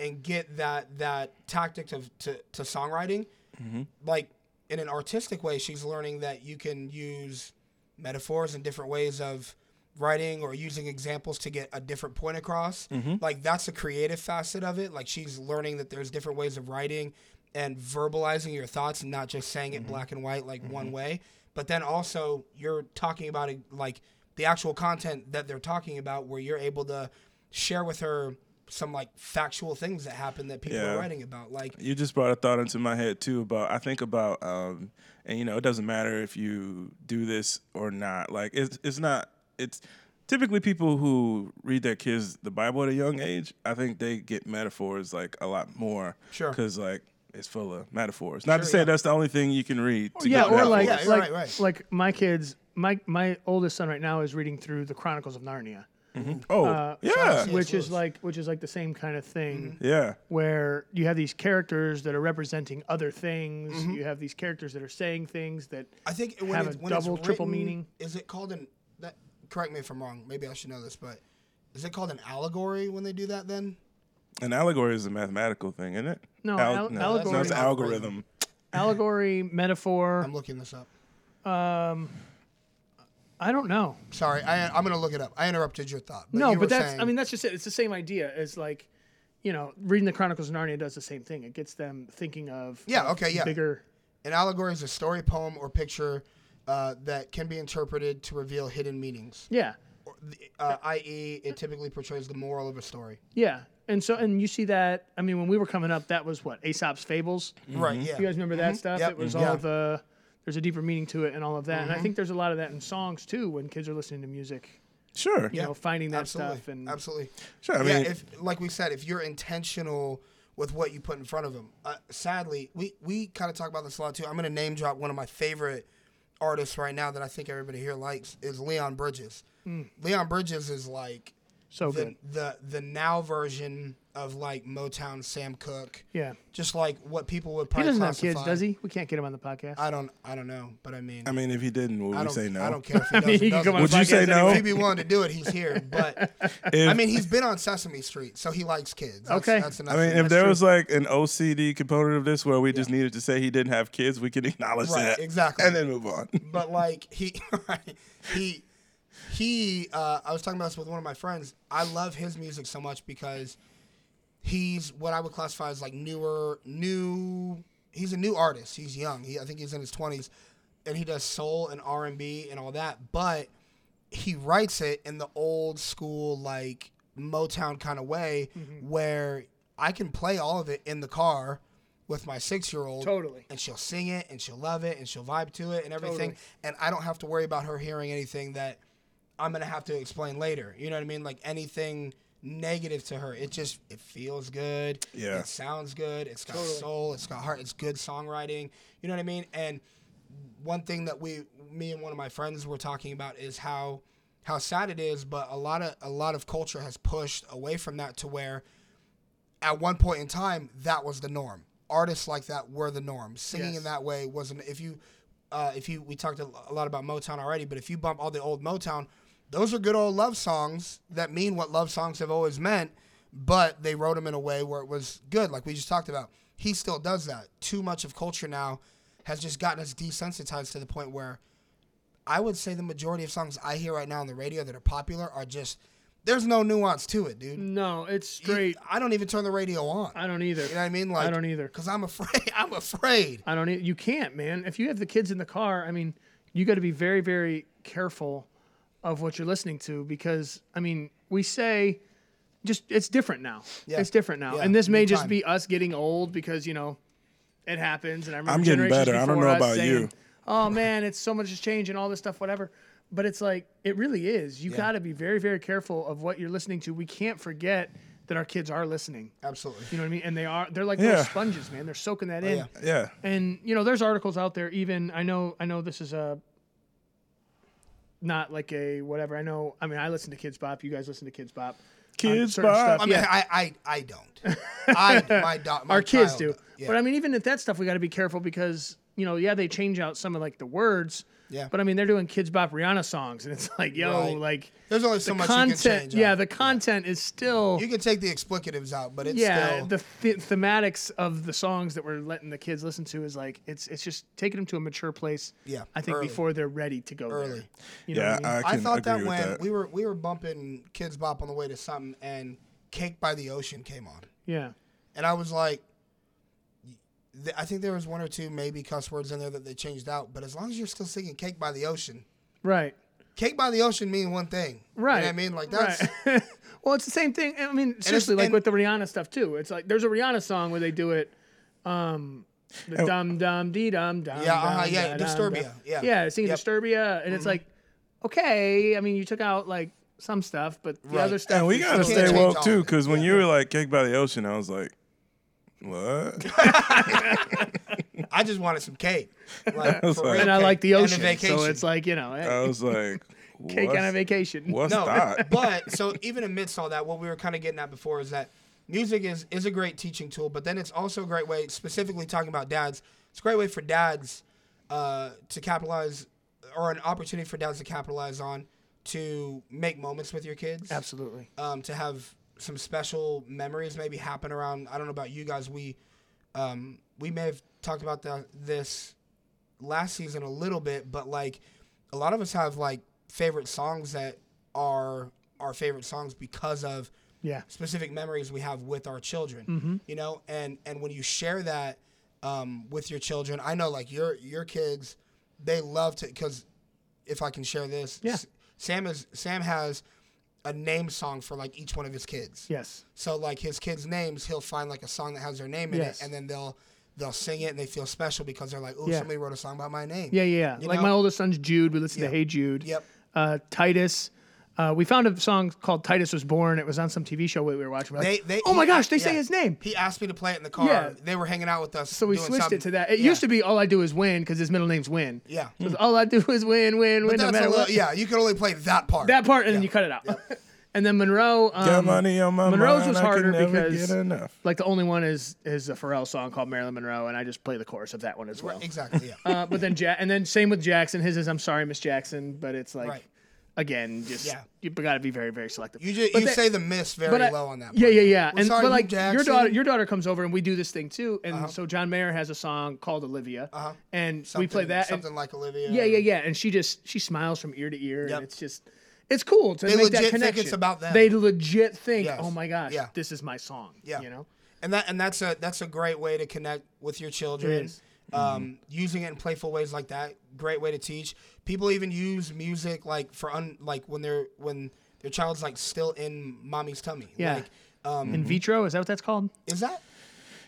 A: and get that that tactic of to, to songwriting,
C: Mm-hmm.
A: like in an artistic way, she's learning that you can use metaphors and different ways of writing or using examples to get a different point across. Like that's a creative facet of it. Like she's learning that there's different ways of writing and verbalizing your thoughts and not just saying it black and white like one way. But then also you're talking about it like the actual content that they're talking about where you're able to share with her some like factual things that happen that people
C: Yeah.
A: are writing about. Like
C: You just brought a thought into my head too about I think about um and you know it doesn't matter if you do this or not like it's it's not it's typically people who read their kids the Bible at a young age I think they get metaphors like a lot more
A: Sure.
C: because like it's full of metaphors not to
A: Sure,
C: say
A: yeah. Oh,
C: that's the only thing you can read to
B: yeah,
C: get
B: or
C: metaphors.
B: like
A: Yeah,
B: like
A: right, right.
B: like my kids, my my oldest son right now is reading through the Chronicles of Narnia,
C: oh
A: uh, Charles-
C: yeah
A: Yes, Mm-hmm.
B: which
A: Lewis.
B: is like which is like the same kind of thing.
C: yeah
B: where you have these characters that are representing other things. You have these characters that are saying things that
A: Mm-hmm. I think when
B: have
A: it's,
B: a
A: when
B: double,
A: it's
B: triple
A: written-
B: meaning.
A: Is it called an? That, correct me if I'm wrong. Maybe I should know this, but is it called an allegory when they do that? Then
C: an allegory is a mathematical thing isn't it
B: No, al-
C: no it's
B: allegory-
C: an algorithm
B: allegory, metaphor.
A: I'm looking this up.
B: I don't know.
A: Sorry, I, I'm going to look it up. I interrupted your thought.
B: no,
A: you were
B: but that's I
A: saying-
B: mean that's just it. It's the same idea. It's like, you know, reading the Chronicles of Narnia does the same thing. It gets them thinking of
A: Yeah,
B: of
A: okay, yeah.
B: bigger.
A: An allegory is a story, poem, or picture uh, that can be interpreted to reveal hidden meanings,
B: Yeah,
A: Or the- uh, i.e., it typically portrays the moral of a story.
B: yeah. And so and you see that. I mean, when we were coming up, that was what Aesop's Fables.
A: Right, Mm-hmm. yeah.
B: Mm-hmm. You guys remember that stuff?
A: Yep.
B: It was
A: Mhm.
B: all
A: Yeah. Mm-hmm.
B: the there's a deeper meaning to it and all of that. And I think there's a lot of that in songs too when kids are listening to music.
C: Sure.
B: You know, finding that
A: Absolutely.
B: stuff and
A: Absolutely.
C: Sure, I
A: yeah,
C: mean-
A: if like we said, if you're intentional with what you put in front of them. Uh, sadly, we we kind of talk about this a lot too. I'm going to name drop one of my favorite artists right now that I think everybody here likes is Leon Bridges. Leon Bridges is like
B: Hmm. so
A: the,
B: good.
A: the the now version of like Motown Sam Cooke.
B: Yeah.
A: Just like what people would
B: He
A: probably
B: doesn't
A: classify.
B: have kids, does he? We can't get him on the podcast.
A: I don't I don't know, but I mean
C: I mean, if he didn't, would
A: I
C: we
A: don't
C: say no?
A: I don't care if he does. or
B: he could
A: doesn't.
B: come on the
C: Would you
B: podcast
C: say no?
B: anyway.
A: If he be willing to do it, he's here. But
C: If-
A: I mean, he's been on Sesame Street, so he likes kids. That's,
B: Okay.
A: that's enough.
C: I mean,
A: for me.
C: if there was like an OCD component of this where we just needed to say he didn't have kids, we can acknowledge
A: Right,
C: that
A: exactly.
C: and then move on.
A: but like he, he, he. Uh, I was talking about this with one of my friends. I love his music so much because he's what I would classify as like newer, new. He's a new artist. He's young. He, I think he's in his twenties, and he does soul and R and B and all that. But he writes it in the old school like Motown kind of way where I can play all of it in the car with my six year old.
B: Totally.
A: And she'll sing it and she'll love it and she'll vibe to it and everything.
B: Totally.
A: And I don't have to worry about her hearing anything that I'm gonna have to explain later. You know what I mean? Like anything negative to her. It just it feels good.
C: Yeah.
A: It sounds good. It's got soul. It's got heart. It's good songwriting. You know what I mean? And one thing that we me and one of my friends were talking about is how how sad it is, but a lot of a lot of culture has pushed away from that to where at one point in time that was the norm. Artists like that were the norm. Singing
B: Yes.
A: in that way wasn't if you uh, if you we talked a a lot about Motown already, but if you bump all the old Motown, those are good old love songs that mean what love songs have always meant, but they wrote them in a way where it was good, like we just talked about. He still does that. Too much of culture now has just gotten us desensitized to the point where I would say the majority of songs I hear right now on the radio that are popular are just there's no nuance to it, dude.
B: No, it's
A: You-
B: straight.
A: I don't even turn the radio on.
B: I don't either.
A: you know what I mean? Like
B: I don't either.
A: Cause I'm afraid. I'm afraid.
B: I don't. e- You can't, man. If you have the kids in the car, I mean, you got to be very, very careful of what you're listening to because, I mean, we say, just it's different now.
A: Yeah.
B: It's different now,
A: Yeah.
B: and this may
A: New
B: just
A: time.
B: be us getting old because you know it happens. And I remember
C: I'm getting
B: generations
C: better. I don't
B: before
C: know
B: us
C: about
B: saying,
C: you.
B: Oh man, it's so much has changed and all this stuff, whatever. But it's like it really is. You got to be very, very careful of what you're listening to. We can't forget that our kids are listening.
A: Absolutely.
B: You know what I mean? And they are. They're like
C: Yeah. Oh,
B: little sponges, man. They're soaking that in.
A: yeah.
C: yeah.
B: And you know, there's articles out there. Even I know, I know this is a not like a whatever. I know. I mean, I listen to Kids Bop. You guys listen to Kids Bop. Uh,
C: Kids
B: certain
C: Bop.
B: stuff,
A: I mean,
B: yeah.
A: I, I, I don't. I, my dog,
B: Our kids do.
A: Yeah.
B: But I mean, even at that stuff, we got to be careful because you know, yeah, they change out some of like the words.
A: Yeah.
B: But I mean, they're doing Kids Bop Rihanna songs, and it's like, yo,
A: Right.
B: like
A: There's only so much you can
B: content.
A: change.
B: Yeah,
A: out.
B: the content is still.
A: you can take the explicatives out, but it's still.
B: yeah, the th- thematics of the songs that we're letting the kids listen to is like it's it's just taking them to a mature place.
A: Yeah,
B: I think
A: early.
B: before they're ready to go
A: Early.
B: There, you know
C: Yeah,
B: what I mean?
C: I,
A: I
C: can
A: thought
C: agree
A: that
C: with
A: when
C: that.
A: we were we were bumping Kids Bop on the way to something, and Cake by the Ocean came on,
B: yeah,
A: and I was like, th- I think there was one or two maybe cuss words in there that they changed out, but as long as you're still singing Cake by the Ocean,
B: right,
A: Cake by the Ocean mean one thing,
B: right.
A: You know what I mean, like that's
B: Right. well, it's the same thing. I mean, seriously, like
A: and-
B: with the Rihanna stuff too. It's like there's a Rihanna song where they do it. Um, the dum dum dee dum dum.
A: Oh. Yeah, uh-huh,
B: dum,
A: yeah,
B: da, dum,
A: Disturbia,
B: dum.
A: yeah.
B: yeah, singing
A: Yep. Mm-hmm.
B: Disturbia, and it's like, okay, I mean, you took out like some stuff, but the
A: Right.
B: other stuff.
C: and we
B: is
C: gotta
B: still-
A: can't
C: stay
A: change
C: woke
A: all
C: too,
A: of it.
C: because when you were like cake by the ocean, I was like, what?
A: I just wanted some cake, like,
C: was
A: for
C: like-
A: real
B: and I
A: cake.
B: like the
A: And a
B: ocean, so
A: vacation.
B: it's like you know, eh,
C: I was like,
B: cake on a
C: what's-
B: vacation.
C: What's
A: no,
C: that?
A: but so even amidst all that, what we were kind of getting at before is that music is is a great teaching tool, but then it's also a great way, specifically talking about dads. It's a great way for dads uh, to capitalize, or an opportunity for dads to capitalize on, to make moments with your kids.
B: Absolutely.
A: um, to have some special memories maybe happen around. I don't know about you guys. We um, we may have talked about the, this last season a little bit, but like a lot of us have like favorite songs that are our favorite songs because of
B: Yeah.
A: specific memories we have with our children
B: Mm-hmm.
A: you know and and when you share that um, with your children i know like your your kids they love to because if i can share this
B: Yeah.
A: sam is sam has a name song for like each one of his kids
B: Yes.
A: so like his kids names he'll find like a song that has their name in
B: Yes.
A: it and then they'll they'll sing it and they feel special because they're like oh
B: Yeah.
A: somebody wrote a song about my name
B: Yeah, yeah. yeah.
A: You
B: Like
A: know?
B: my oldest son's Jude. We listen
A: Yeah.
B: to Hey Jude.
A: Yep.
B: Uh, Titus. Uh, we found a song called Titus Was Born. It was on some TV show we were watching. We're
A: They,
B: like,
A: they,
B: oh my
A: he-
B: gosh, they say
A: yeah.
B: his name.
A: He asked me to play it in the car.
B: Yeah.
A: They were hanging out with us.
B: So we
A: doing
B: switched
A: something.
B: it to that. It used to Mm-hmm. be all I do is win because his middle name's Win.
A: Yeah. Hmm.
B: So it's, all I do is win, win, win,
A: That's
B: no
A: a
B: matter
A: little-
B: what.
A: Yeah, you can only play that part.
B: That part, and then you cut it out. and then Monroe. Um,
C: Got money on my
B: Monroe's
C: mind,
B: was
C: I can
B: harder
C: never
B: because-
C: get enough.
B: Like the only one is is a Pharrell song called Marilyn Monroe, and I just play the chorus of that one as well.
A: Exactly. Yeah.
B: Uh, but then ja- and then same with Jackson. His is I'm sorry, Miss Jackson, but it's like
A: Right.
B: again, just
A: Yeah.
B: you got to be very very selective.
A: you just,
B: But
A: you
B: that-
A: say the miss very
B: but I-
A: low on that. Part.
B: Yeah, yeah, yeah.
A: We're
B: and
A: sorry,
B: but
A: Hugh
B: like your
A: Jackson. Uh-huh.
B: daughter, your daughter comes over and we do this thing too. And so John Mayer has a song called Olivia, and we play
A: Something-
B: that. and-
A: Something like Olivia.
B: yeah, yeah, yeah. And she just she smiles from ear to ear,
A: Yep.
B: and it's just it's cool to
A: They
B: make that
A: legit think
B: connection.
A: it's about them.
B: They legit think,
A: Yes.
B: oh my gosh,
A: Yeah.
B: this is my song.
A: Yeah.
B: you know.
A: And that and that's a that's a great way to connect with your children.
B: is.
A: Um, using it in playful ways like that, great way to teach. People even use music like for un like when they're when their child's like still in mommy's tummy.
B: Yeah.
A: Like, um,
B: In vitro, is that what that's called?
A: is that?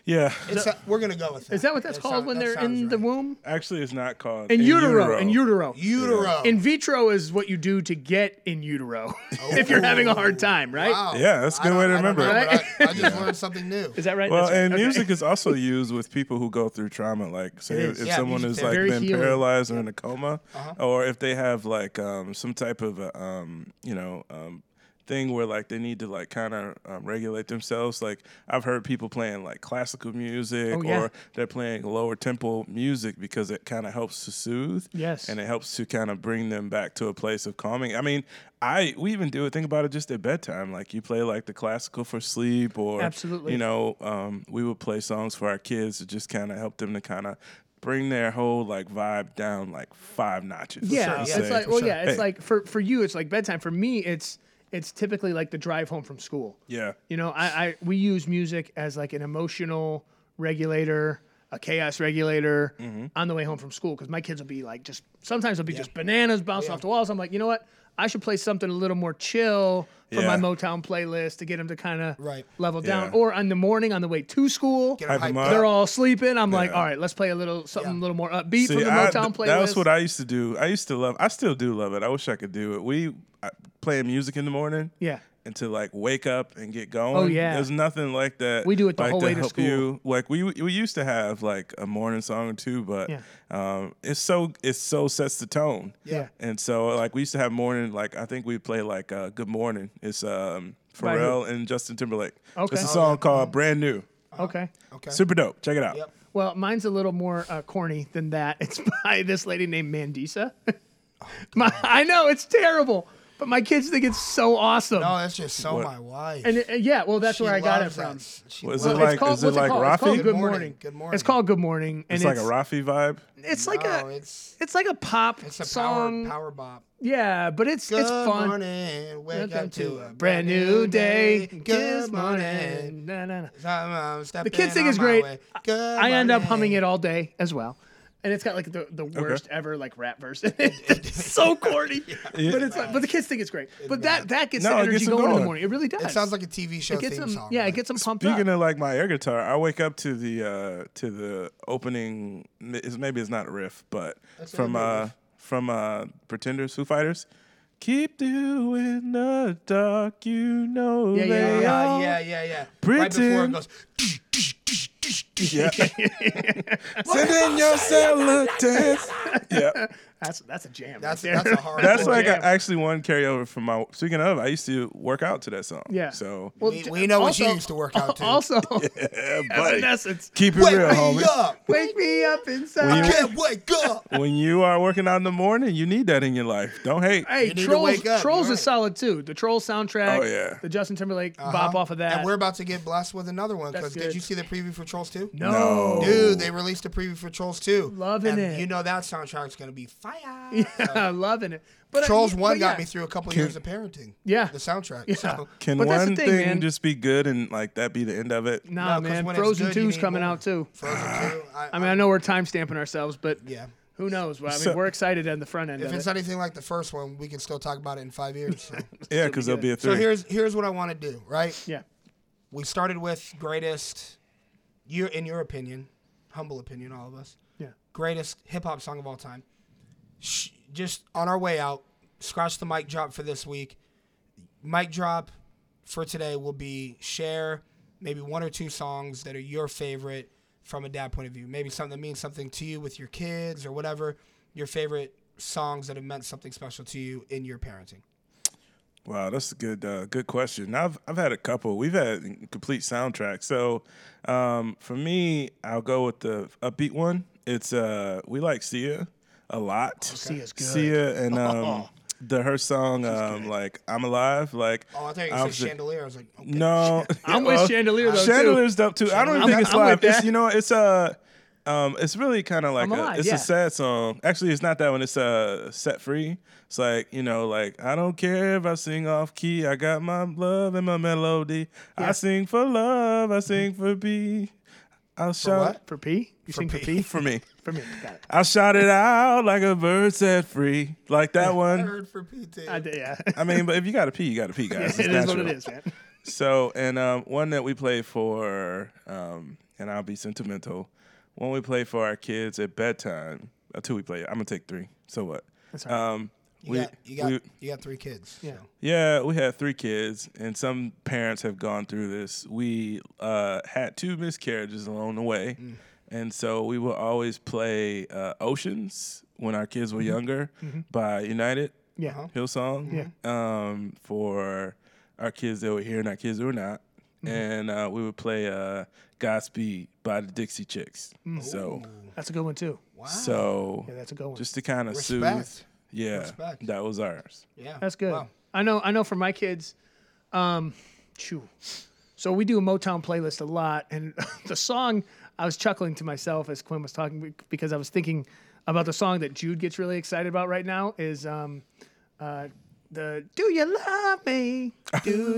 C: Yeah.
A: It's a- we're gonna go with that.
B: Is that what that's
A: That
B: called
A: sound-
B: when
A: that
B: they're
A: sounds
B: in the
A: right.
B: womb?
C: Actually, it's not called.
B: In utero, in utero.
A: utero?
B: in vitro is what you do to get in utero if you're having a hard time, right?
A: Wow.
C: Yeah, that's a
A: I
C: good
A: don't-
C: way
A: I
C: to
A: don't
C: remember it.
A: know, but I, I just learned something new.
B: Is that right?
C: Well,
B: That's right.
C: and
B: Okay.
C: music is also used with people who go through trauma. Like, say
B: is.
C: if
A: Yeah,
C: someone
A: music's
C: is like
B: very
C: been
B: healing. Uh-huh.
C: paralyzed or in a coma, or if they have like um, some type of a, um, you know. Um, thing where like they need to like kind of um, regulate themselves like i've heard people playing like classical music
B: Oh, yeah.
C: or they're playing lower tempo music because it kind of helps to soothe
B: Yes.
C: and it helps to kind of bring them back to a place of calming i mean i we even do it think about it just at bedtime like you play like the classical for sleep or
B: Absolutely.
C: you know know, um, we would play songs for our kids to just kind of help them to kind of bring their whole like vibe down like five notches.
B: yeah,
C: I'd
A: sure,
B: it's
C: say.
B: like well, yeah, it's
C: Hey.
B: like for for you, it's like bedtime. For me, it's it's typically like the drive home from school.
C: yeah,
B: You know, I, I we use music as like an emotional regulator, a chaos regulator
C: Mm-hmm.
B: on the way home from school because my kids will be like just sometimes they'll be just bananas bouncing off the walls. I'm like, you know what? I should play something a little more chill for
C: Yeah.
B: my Motown playlist to get them to kind of
A: Right.
B: level down.
C: Yeah.
B: Or in the morning on the way to school,
A: Get 'em
C: Hype 'em
A: hyped
C: up.
A: up.
B: they're all sleeping. I'm like,
C: Yeah.
B: all right, let's play a little something
A: Yeah.
B: a little more upbeat from
C: See,
B: the
C: I-
B: Motown
C: th-
B: playlist.
C: that was what I used to do. I used to love. I still do love it. I wish I could do it. We I, playing music in the morning.
B: yeah.
C: and to like wake up and get going.
B: Oh, yeah.
C: there's nothing like that.
B: We do it the
C: like,
B: whole way to
C: help
B: school.
C: You. Like we we used to have like a morning song or two, but
B: Yeah.
C: um, it's so it so sets the tone.
B: Yeah.
C: and so like we used to have morning. Like I think we play like uh, Good Morning. It's um,
B: By who?
C: Pharrell and Justin Timberlake.
B: Okay.
C: it's a
B: Oh,
C: song called Brand New.
B: Okay.
A: Mm-hmm. Okay.
C: Super dope. Check it out.
A: Yep.
B: Well, mine's a little more uh, corny than that. It's by this lady named Mandisa. my, I know it's terrible, but my kids think it's so awesome.
A: No, Oh, that's just so my wife.
B: and it- yeah, well, that's
A: She
B: where I got it
A: loves
B: from.
A: that. She loves
C: Was it
B: It's
C: like
B: called,
C: is it
B: what's
C: like
B: it called? It's called
C: Rafi?
B: Good,
A: Good
B: morning.
A: morning. Good
B: It's
A: morning.
B: called Good Morning, and
C: It's like
B: it's
C: a Rafi vibe.
B: It's like
A: No,
B: a
A: Oh, it's
B: it's like a pop
A: it's a
B: song.
A: power power bop.
B: Yeah, but it's it's
A: Good
B: fun.
A: morning, wake
B: Welcome
A: up to a
B: brand new day.
A: Good morning.
B: Na, na, na.
A: The
B: kids thing is great. I end up humming it all day as well. And it's got like the, the worst ever like rap verse. in it. it's so corny. But it's like, but the kids think it's great. But that that gets
C: No,
B: the
C: it
B: energy
C: gets 'em
B: going, in the
C: going.
B: morning. It really does.
A: It sounds like a TV show
B: it gets
A: theme
B: them.
A: song.
B: yeah, it
A: right?
B: gets them pumped
C: Speaking
B: up.
C: of like my air guitar, I wake up to the uh to the opening. It's, maybe it's not a riff, but from
A: gotta be a
C: uh from uh Pretenders, Foo Fighters. Keep doing the dark, you know
B: Yeah, yeah,
C: they
B: yeah.
A: Uh,
C: are.
A: yeah, yeah, yeah. Right
C: Britain.
A: before it goes.
C: Yeah. Send in your skeletons. yeah,
B: that's that's a jam.
A: That's
B: right there.
A: that's a hard.
C: that's
A: one.
C: like I
B: jam.
C: actually one carryover from my. Speaking of, I used to work out to that song.
B: Yeah.
C: So,
B: Well,
A: we,
B: j-
A: we know what you
B: also-
A: used to work out to.
B: Also,
C: yeah, buddy.
B: Evanescence.
C: keep it
A: wake
C: real,
A: me
C: homie.
A: up.
B: Wake me up
C: When
B: inside.
C: you-
A: Can't wake up.
C: When you are working out in the morning, you need that in your life. Don't hate.
A: You
B: Hey,
A: need to
B: Trolls,
A: wake up,
B: Trolls
A: you're
B: is
A: right.
B: solid too. The Trolls soundtrack.
C: Oh, yeah.
B: The Justin Timberlake bop off of that.
A: And Uh-huh. we're about to get blessed with another one
B: That's
A: because
B: good.
A: did you see the preview for Trolls 2? Two?
B: No.
A: Dude, they released a preview for Trolls Two.
B: Loving
A: and
B: it.
A: You know that soundtrack's gonna be fire.
B: Yeah, loving it. But uh,
A: Trolls
B: yeah,
A: One
B: but
A: got
B: yeah.
A: me through a couple years of parenting.
B: Yeah.
A: the soundtrack.
B: Yeah.
A: So,
C: Can
B: But that's the
C: one
B: thing,
C: thing,
B: man.
C: just be good and like that be the end of it?
B: Nah,
A: 'cause
B: man.
A: when it's
B: Frozen
A: good, you
B: 2's
A: need
B: coming
A: more.
B: out too.
A: Frozen Two. I,
B: I mean, I know we're time stamping ourselves, but
A: yeah.
B: who knows? Well, I mean,
C: So-
B: we're excited on the front end
A: If
B: of
A: it's
B: it.
A: anything like the first one, we can still talk about it in five years. So,
C: Yeah, because there'll be a
A: so
C: three.
A: here's here's what I want to do. Right.
B: yeah.
A: we started with greatest you in your opinion humble opinion all of us
B: Yeah.
A: greatest hip-hop song of all time Sh- just on our way out scratch the mic drop for this week mic drop for today will be share maybe one or two songs that are your favorite from a dad point of view maybe something that means something to you with your kids or whatever your favorite songs that have meant something special to you in your parenting
C: Wow, that's a good uh, good question. I've I've had a couple. We've had complete soundtracks. So um, for me, I'll go with the upbeat one. It's uh, we like Sia a lot.
B: Sia's good.
C: Sia and um, the her song um, like I'm alive. Like
A: oh i thought you were
C: I'm
A: going
C: s-
A: to say chandelier i was like okay.
C: No,
B: I'm with Chandelier, though, too.
C: Chandelier's dope too. I don't even
B: I'm-
C: think it's
B: I'm with
C: live. It's,
B: that.
C: you know, it's a, um, it's really kind of like
B: I'm
C: a,
B: alive,
C: it's
B: yeah.
C: a sad song. Actually, it's not that one. It's uh, set free. It's like you know, like I don't care if I sing off key. I got my love and my melody. I sing for love. I sing for B. I'll shout
A: what?
B: For P? You sing for P?
C: for me.
B: For me. Got it.
C: I'll shout it out like a bird set free, like that
A: I
C: one.
A: heard for pt
B: I d- yeah.
C: I mean, but if you got a P, you got a P, guys.
B: it
C: It's
B: is what it
C: natural.
B: is, man.
C: So, and um, one that we play for, um, and I'll be sentimental. One we play for our kids at bedtime. Uh, two we play. I'm gonna take three. So what?
B: That's all right.
C: Um,
A: You
C: we,
A: got you got
C: we-
A: you got three kids.
B: Yeah.
A: so.
C: yeah, we had three kids, and some parents have gone through this. We uh, had two miscarriages along the way,
A: Mm.
C: and so we will always play uh, "Oceans" when our kids
A: Mm-hmm.
C: were younger by United
B: Yeah.
A: Uh-huh.
C: Hillsong.
B: Yeah.
C: Um, for our kids that were here and our kids that were not,
B: Mm-hmm.
C: and uh, we would play uh, "Godspeed" by the Dixie Chicks. So,
B: That's a good one, too.
A: Wow.
C: so
B: Mm-hmm. Yeah, that's a good one.
C: just to kind of soothe.
A: Respect.
C: Yeah,
A: Respect.
C: that was ours.
A: yeah.
B: That's good.
A: Wow.
B: I know. I know for my kids, um, chew. So we do a Motown playlist a lot, and the song I was chuckling to myself as Quinn was talking be- because I was thinking about the song that Jude gets really excited about right now is um, uh, the "Do You Love Me? Do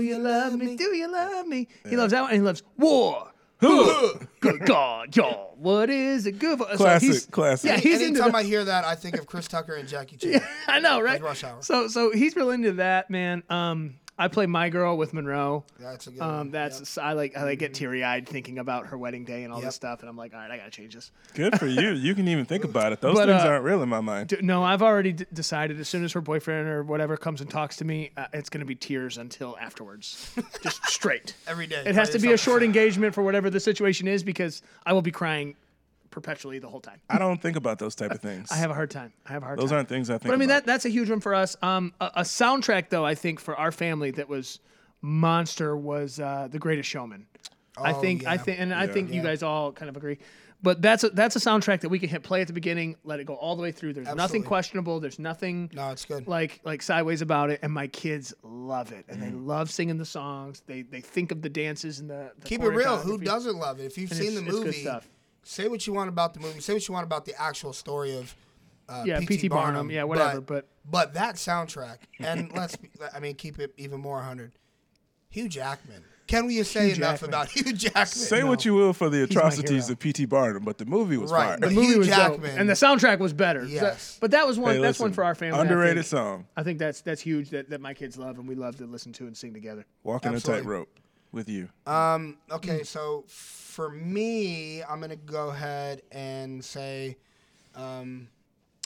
B: You Love Me? Do You Love Me?" He loves that one, and he loves War. good God, y'all! What is it good for? So
C: Classic,
B: he's-
C: classic.
B: Yeah, he's into
A: Anytime
B: the-
A: I hear that, I think of Chris Tucker and Jackie Chan.
B: I know, right?
A: Rush Hour.
B: So so he's real into that, man. Um, I play my girl with Monroe.
A: That's a good.
B: Um,
A: one.
B: that's I like I like get teary eyed thinking about her wedding day and all
A: Yep.
B: this stuff, and I'm like, all right, I gotta change this.
C: Good for you. You can even think about it. Those
B: But,
C: things
B: uh,
C: aren't real in my mind.
B: D- no, I've already d- decided. As soon as her boyfriend or whatever comes and talks to me, uh, it's gonna be tears until afterwards, just straight.
A: every day.
B: It has to be a short engagement for whatever the situation is because I will be crying perpetually the whole time.
C: I don't think about those type of things.
B: I have a hard time. I have a hard
C: those
B: time.
C: aren't things I think.
B: But I mean
C: about.
B: that that's a huge one for us. Um, a, a soundtrack though I think for our family that was monster was uh, The Greatest Showman. I
A: Oh,
B: think I
A: yeah.
B: think and I
C: Yeah.
B: think you
A: Yeah.
B: guys all kind of agree. But that's a, that's a soundtrack that we can hit play at the beginning, let it go all the way through. There's nothing
A: Absolutely.
B: questionable. There's nothing
A: No, it's good.
B: like like sideways about it. And my kids love it, and they
A: Mm.
B: love singing the songs. They they think of the dances and the, the
A: Keep it real. Who
B: choreography.
A: doesn't love it? If you've
B: And
A: seen the
B: it's- it's good
A: movie,
B: stuff.
A: say what you want about the movie. Say what you want about the actual story of. Uh,
B: Yeah,
A: P.T.
B: P.T. Barnum, yeah, whatever, but-
A: but that soundtrack and let's be- I mean keep it even more hundred. Hugh Jackman. Can we say
B: Hugh
A: enough
B: Jackman.
A: about Hugh Jackman?
C: Say what you will for the
B: my
C: atrocities
B: hero.
C: of P.T. Barnum, but the movie was
A: Right,
C: fire.
A: but
B: The movie
A: Hugh
B: was dope,
A: Jackman.
B: and the soundtrack was better. So-
A: Yes.
B: but that was one.
C: Hey,
B: that's one
C: listen,
B: for our family. I
C: Underrated
B: think.
C: song.
B: I think that's that's huge that, that my kids love and we love to listen to and sing together.
C: Walking
A: Absolutely.
C: a tightrope with you.
A: Um, okay, so for me, I'm gonna go ahead and say, um,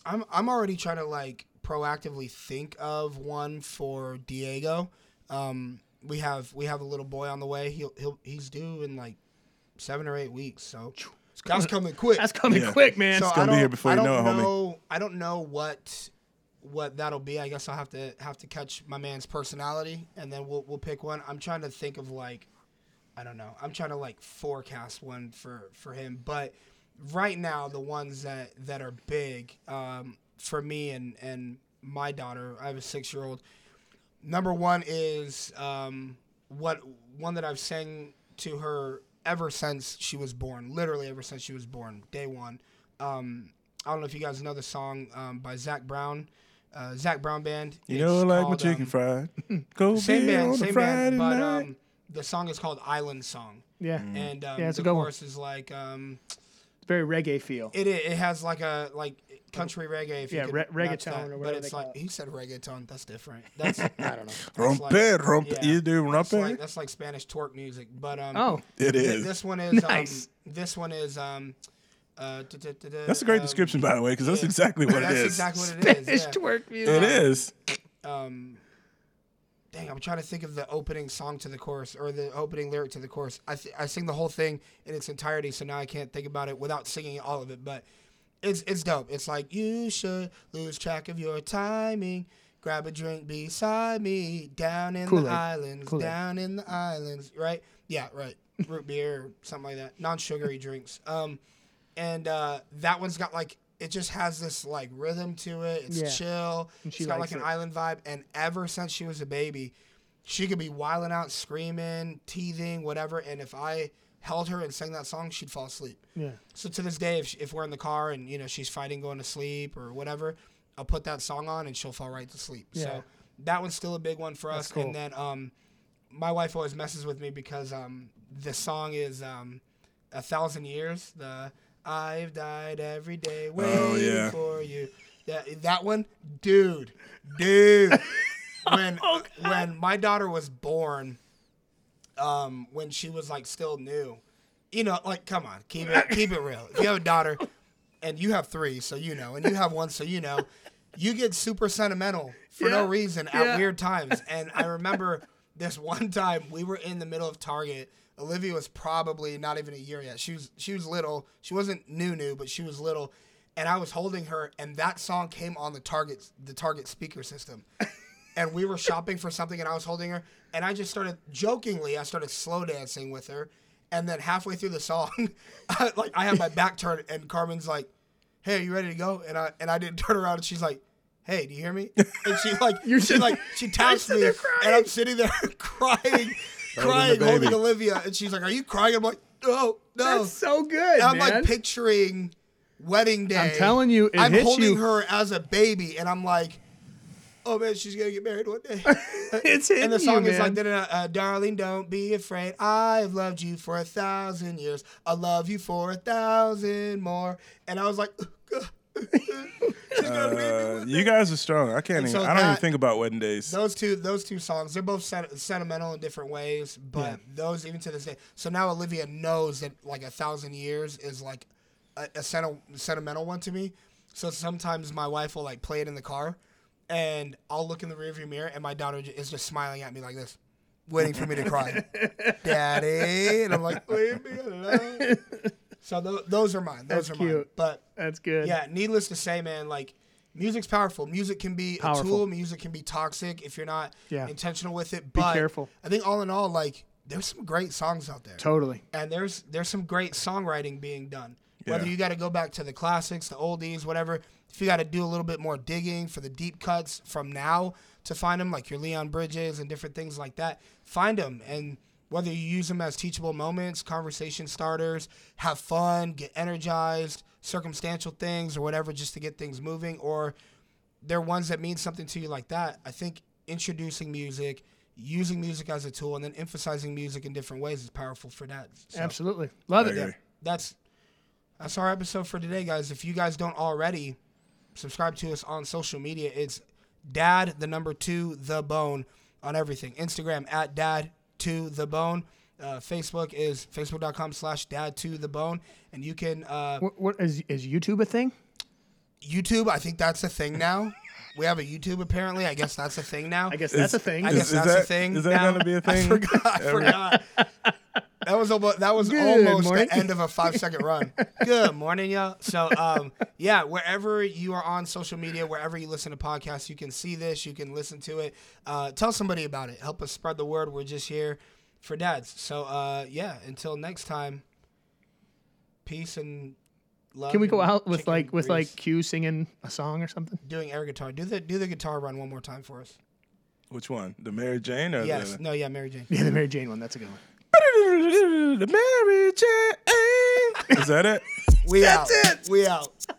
A: I'm I'm already trying to like proactively think of one for Diego. Um, we have we have a little boy on the way. He'll he'll he's due in like seven or eight weeks, so that's coming quick.
B: That's coming
C: Yeah.
B: quick, man.
A: so
C: gonna
A: I
C: be
A: don't,
C: here before
A: I
C: you
A: don't
C: know it, homie.
A: know I don't know what what that'll be. I guess I'll have to have to catch my man's personality and then we'll we'll pick one. I'm trying to think of like I don't know. I'm trying to like forecast one for for him, but right now the ones that that are big um, for me and and my daughter. I have a six year old. Number one is um, what one that I've sang to her ever since she was born. Literally ever since she was born, day one. Um, I don't know if you guys know the song um, by Zach Brown, uh, Zach Brown Band.
C: You know, I
A: It's
C: like my
A: called,
C: chicken
A: um,
C: fried. Go
A: Same
C: be
A: band,
C: on a
A: same
C: Friday
A: band, but
C: night. Mm.
A: um, the song is called Island Song,
B: Yeah,
A: and um,
B: Yeah, it's
A: the
B: a good one.
A: chorus is like um,
B: it's very reggae feel.
A: it i- it has like a like country reggae. If
B: Yeah,
A: you could
B: re-
A: match
B: reggaeton
A: that,
B: or
A: But
B: whatever
A: it's
B: they
A: like
B: call it.
A: he said reggaeton. That's different. That's I don't know. That's like-
C: Rompe, rompe.
A: yeah,
C: You do
A: that's like,
C: rompe?
A: that's like Spanish torque music, but um,
B: Oh,
C: It
A: th-
C: is.
A: this one is
B: Nice.
A: um, this one is um, uh, duh, duh, duh, duh,
C: That's a great
A: um,
C: description, by the way, because that's
A: yeah.
C: exactly what it
A: That's
C: is.
A: exactly what it is.
B: Spanish
A: yeah.
B: twerk music.
C: It is.
A: um dang i'm trying to think of the opening song to the chorus or the opening lyric to the chorus i, th- I sing the whole thing in its entirety so now i can't think about it without singing all of it but it's it's dope it's like you should lose track of your timing grab a drink beside me down in
B: Kool-Aid.
A: the islands
B: Kool-Aid.
A: down in the islands right yeah right root beer or something like that non-sugary drinks um and uh that one's got like it just has this like rhythm to it it's
B: Yeah.
A: chill
B: And she
A: she's got like
B: likes
A: an
B: it.
A: island vibe, and ever since she was a baby, she could be wilding out, screaming, teething, whatever. And if I held her and sang that song, she'd fall asleep.
B: Yeah.
A: So to this day, if, she, if we're in the car and you know she's fighting going to sleep or whatever, I'll put that song on and she'll fall right to sleep.
B: Yeah.
A: So that one's still a big one for us.
B: cool.
A: And then um, my wife always messes with me because um, the song is um, a thousand years. The I've died every day waiting
C: yeah.
A: for you. That that one, dude, dude. when
B: Oh,
A: when my daughter was born, um, when she was like still new, you know, like come on, keep it keep it real. If you have a daughter, and you have three, so you know, and you have one, so you know, you get super sentimental for no
B: Yeah.
A: reason
B: Yeah.
A: at weird times. And I remember this one time we were in the middle of Target. Olivia was probably not even a year yet. She was she was little. She wasn't new new, but she was little. And I was holding her, and that song came on the Target the Target speaker system. And we were shopping for something, and I was holding her, and I just started jokingly. I started slow dancing with her, and then halfway through the song, I, like I had my back turned, and Carmen's like, "Hey, are you ready to go?" And I and I didn't turn around, and she's like, "Hey, do you hear me?" And she like
B: You're
A: she
B: sitting-
A: like she taps
B: sitting
A: me,
B: there
A: and
B: crying.
A: I'm sitting there crying, crying,
C: the
A: holding
C: baby.
A: Olivia, and she's like, "Are you crying?" I'm like, "No, no."
B: That's so good,
A: And I'm
B: man.
A: like picturing wedding day.
B: I'm telling you, it
A: I'm
B: hits
A: holding
B: you.
A: her as a baby, and I'm like, "Oh man, she's gonna get married one day."
B: it's hitting
A: and the song
B: you,
A: is
B: man.
A: like, da-da-da, uh, darling, don't be afraid. I've loved you for a thousand years. I love you for a thousand more. And I was like,
C: Uh, you guys are strong. I can't
A: And
C: even.
A: so
C: I don't even
A: that-
C: think about wedding days.
A: those two, those two songs, they're both sen- sentimental in different ways, but those even to this day. So now Olivia knows that like a thousand years is like a, a senti- sentimental one to me. So sometimes my wife will like play it in the car, and I'll look in the rearview mirror, and my daughter j- is just smiling at me like this, waiting for me to cry. daddy. And I'm like, leave me alone. So tho- those are mine. Those
B: That's
A: are mine.
B: cute.
A: But
B: That's good.
A: yeah, needless to say, man, like music's powerful. Music can be
B: Powerful.
A: a tool. Music can be toxic if you're not
B: Yeah.
A: intentional with it. But
B: careful.
A: I think all in all, like there's some great songs out there.
B: Totally.
A: And there's there's some great songwriting being done. Whether
C: Yeah.
A: you got to go back to the classics, the oldies, whatever. If you got to do a little bit more digging for the deep cuts from now to find them, like your Leon Bridges and different things like that, find them. And whether you use them as teachable moments, conversation starters, have fun, get energized, circumstantial things or whatever, just to get things moving, or they're ones that mean something to you like that. I think introducing music, using music as a tool, and then emphasizing music in different ways is powerful for that. So
B: Absolutely. Love it.
C: I agree.
A: that's that's our episode for today, guys. If you guys don't already subscribe to us on social media, it's Dad the number two the bone on everything. Instagram at Dad to the bone. Uh, Facebook is facebook.com slash dad to the bone. And you can uh,
B: What, what is is YouTube a thing?
A: YouTube, I think that's a thing now. we have a YouTube apparently. I guess that's a thing now.
B: I guess that's a thing.
A: I
C: Is-
A: guess
C: is
A: that's
C: that-
A: a thing.
C: is that
A: now.
C: gonna be a
A: I
C: thing?
A: forgot. I forgot. That was almost that was
B: Good
A: almost
B: morning.
A: the end of a five second run. Good morning, y'all. So, um, yeah, wherever you are on social media, wherever you listen to podcasts, you can see this, you can listen to it. Uh, tell somebody about it. Help us spread the word. We're just here for dads. So, uh, yeah. Until next time, peace and love.
B: Can we go
A: and
B: out with
A: chicken
B: like with
A: grease.
B: like Q singing a song or something?
A: doing air guitar? Do the do the guitar run one more time for us.
C: Which one? The Mary Jane or
A: Yes.
C: the?
A: No. Yeah. Mary Jane.
B: Yeah, the Mary Jane one. That's a good one.
C: Mary Jane. Is that it?
A: We
C: That's
A: out.
C: it.
A: We out.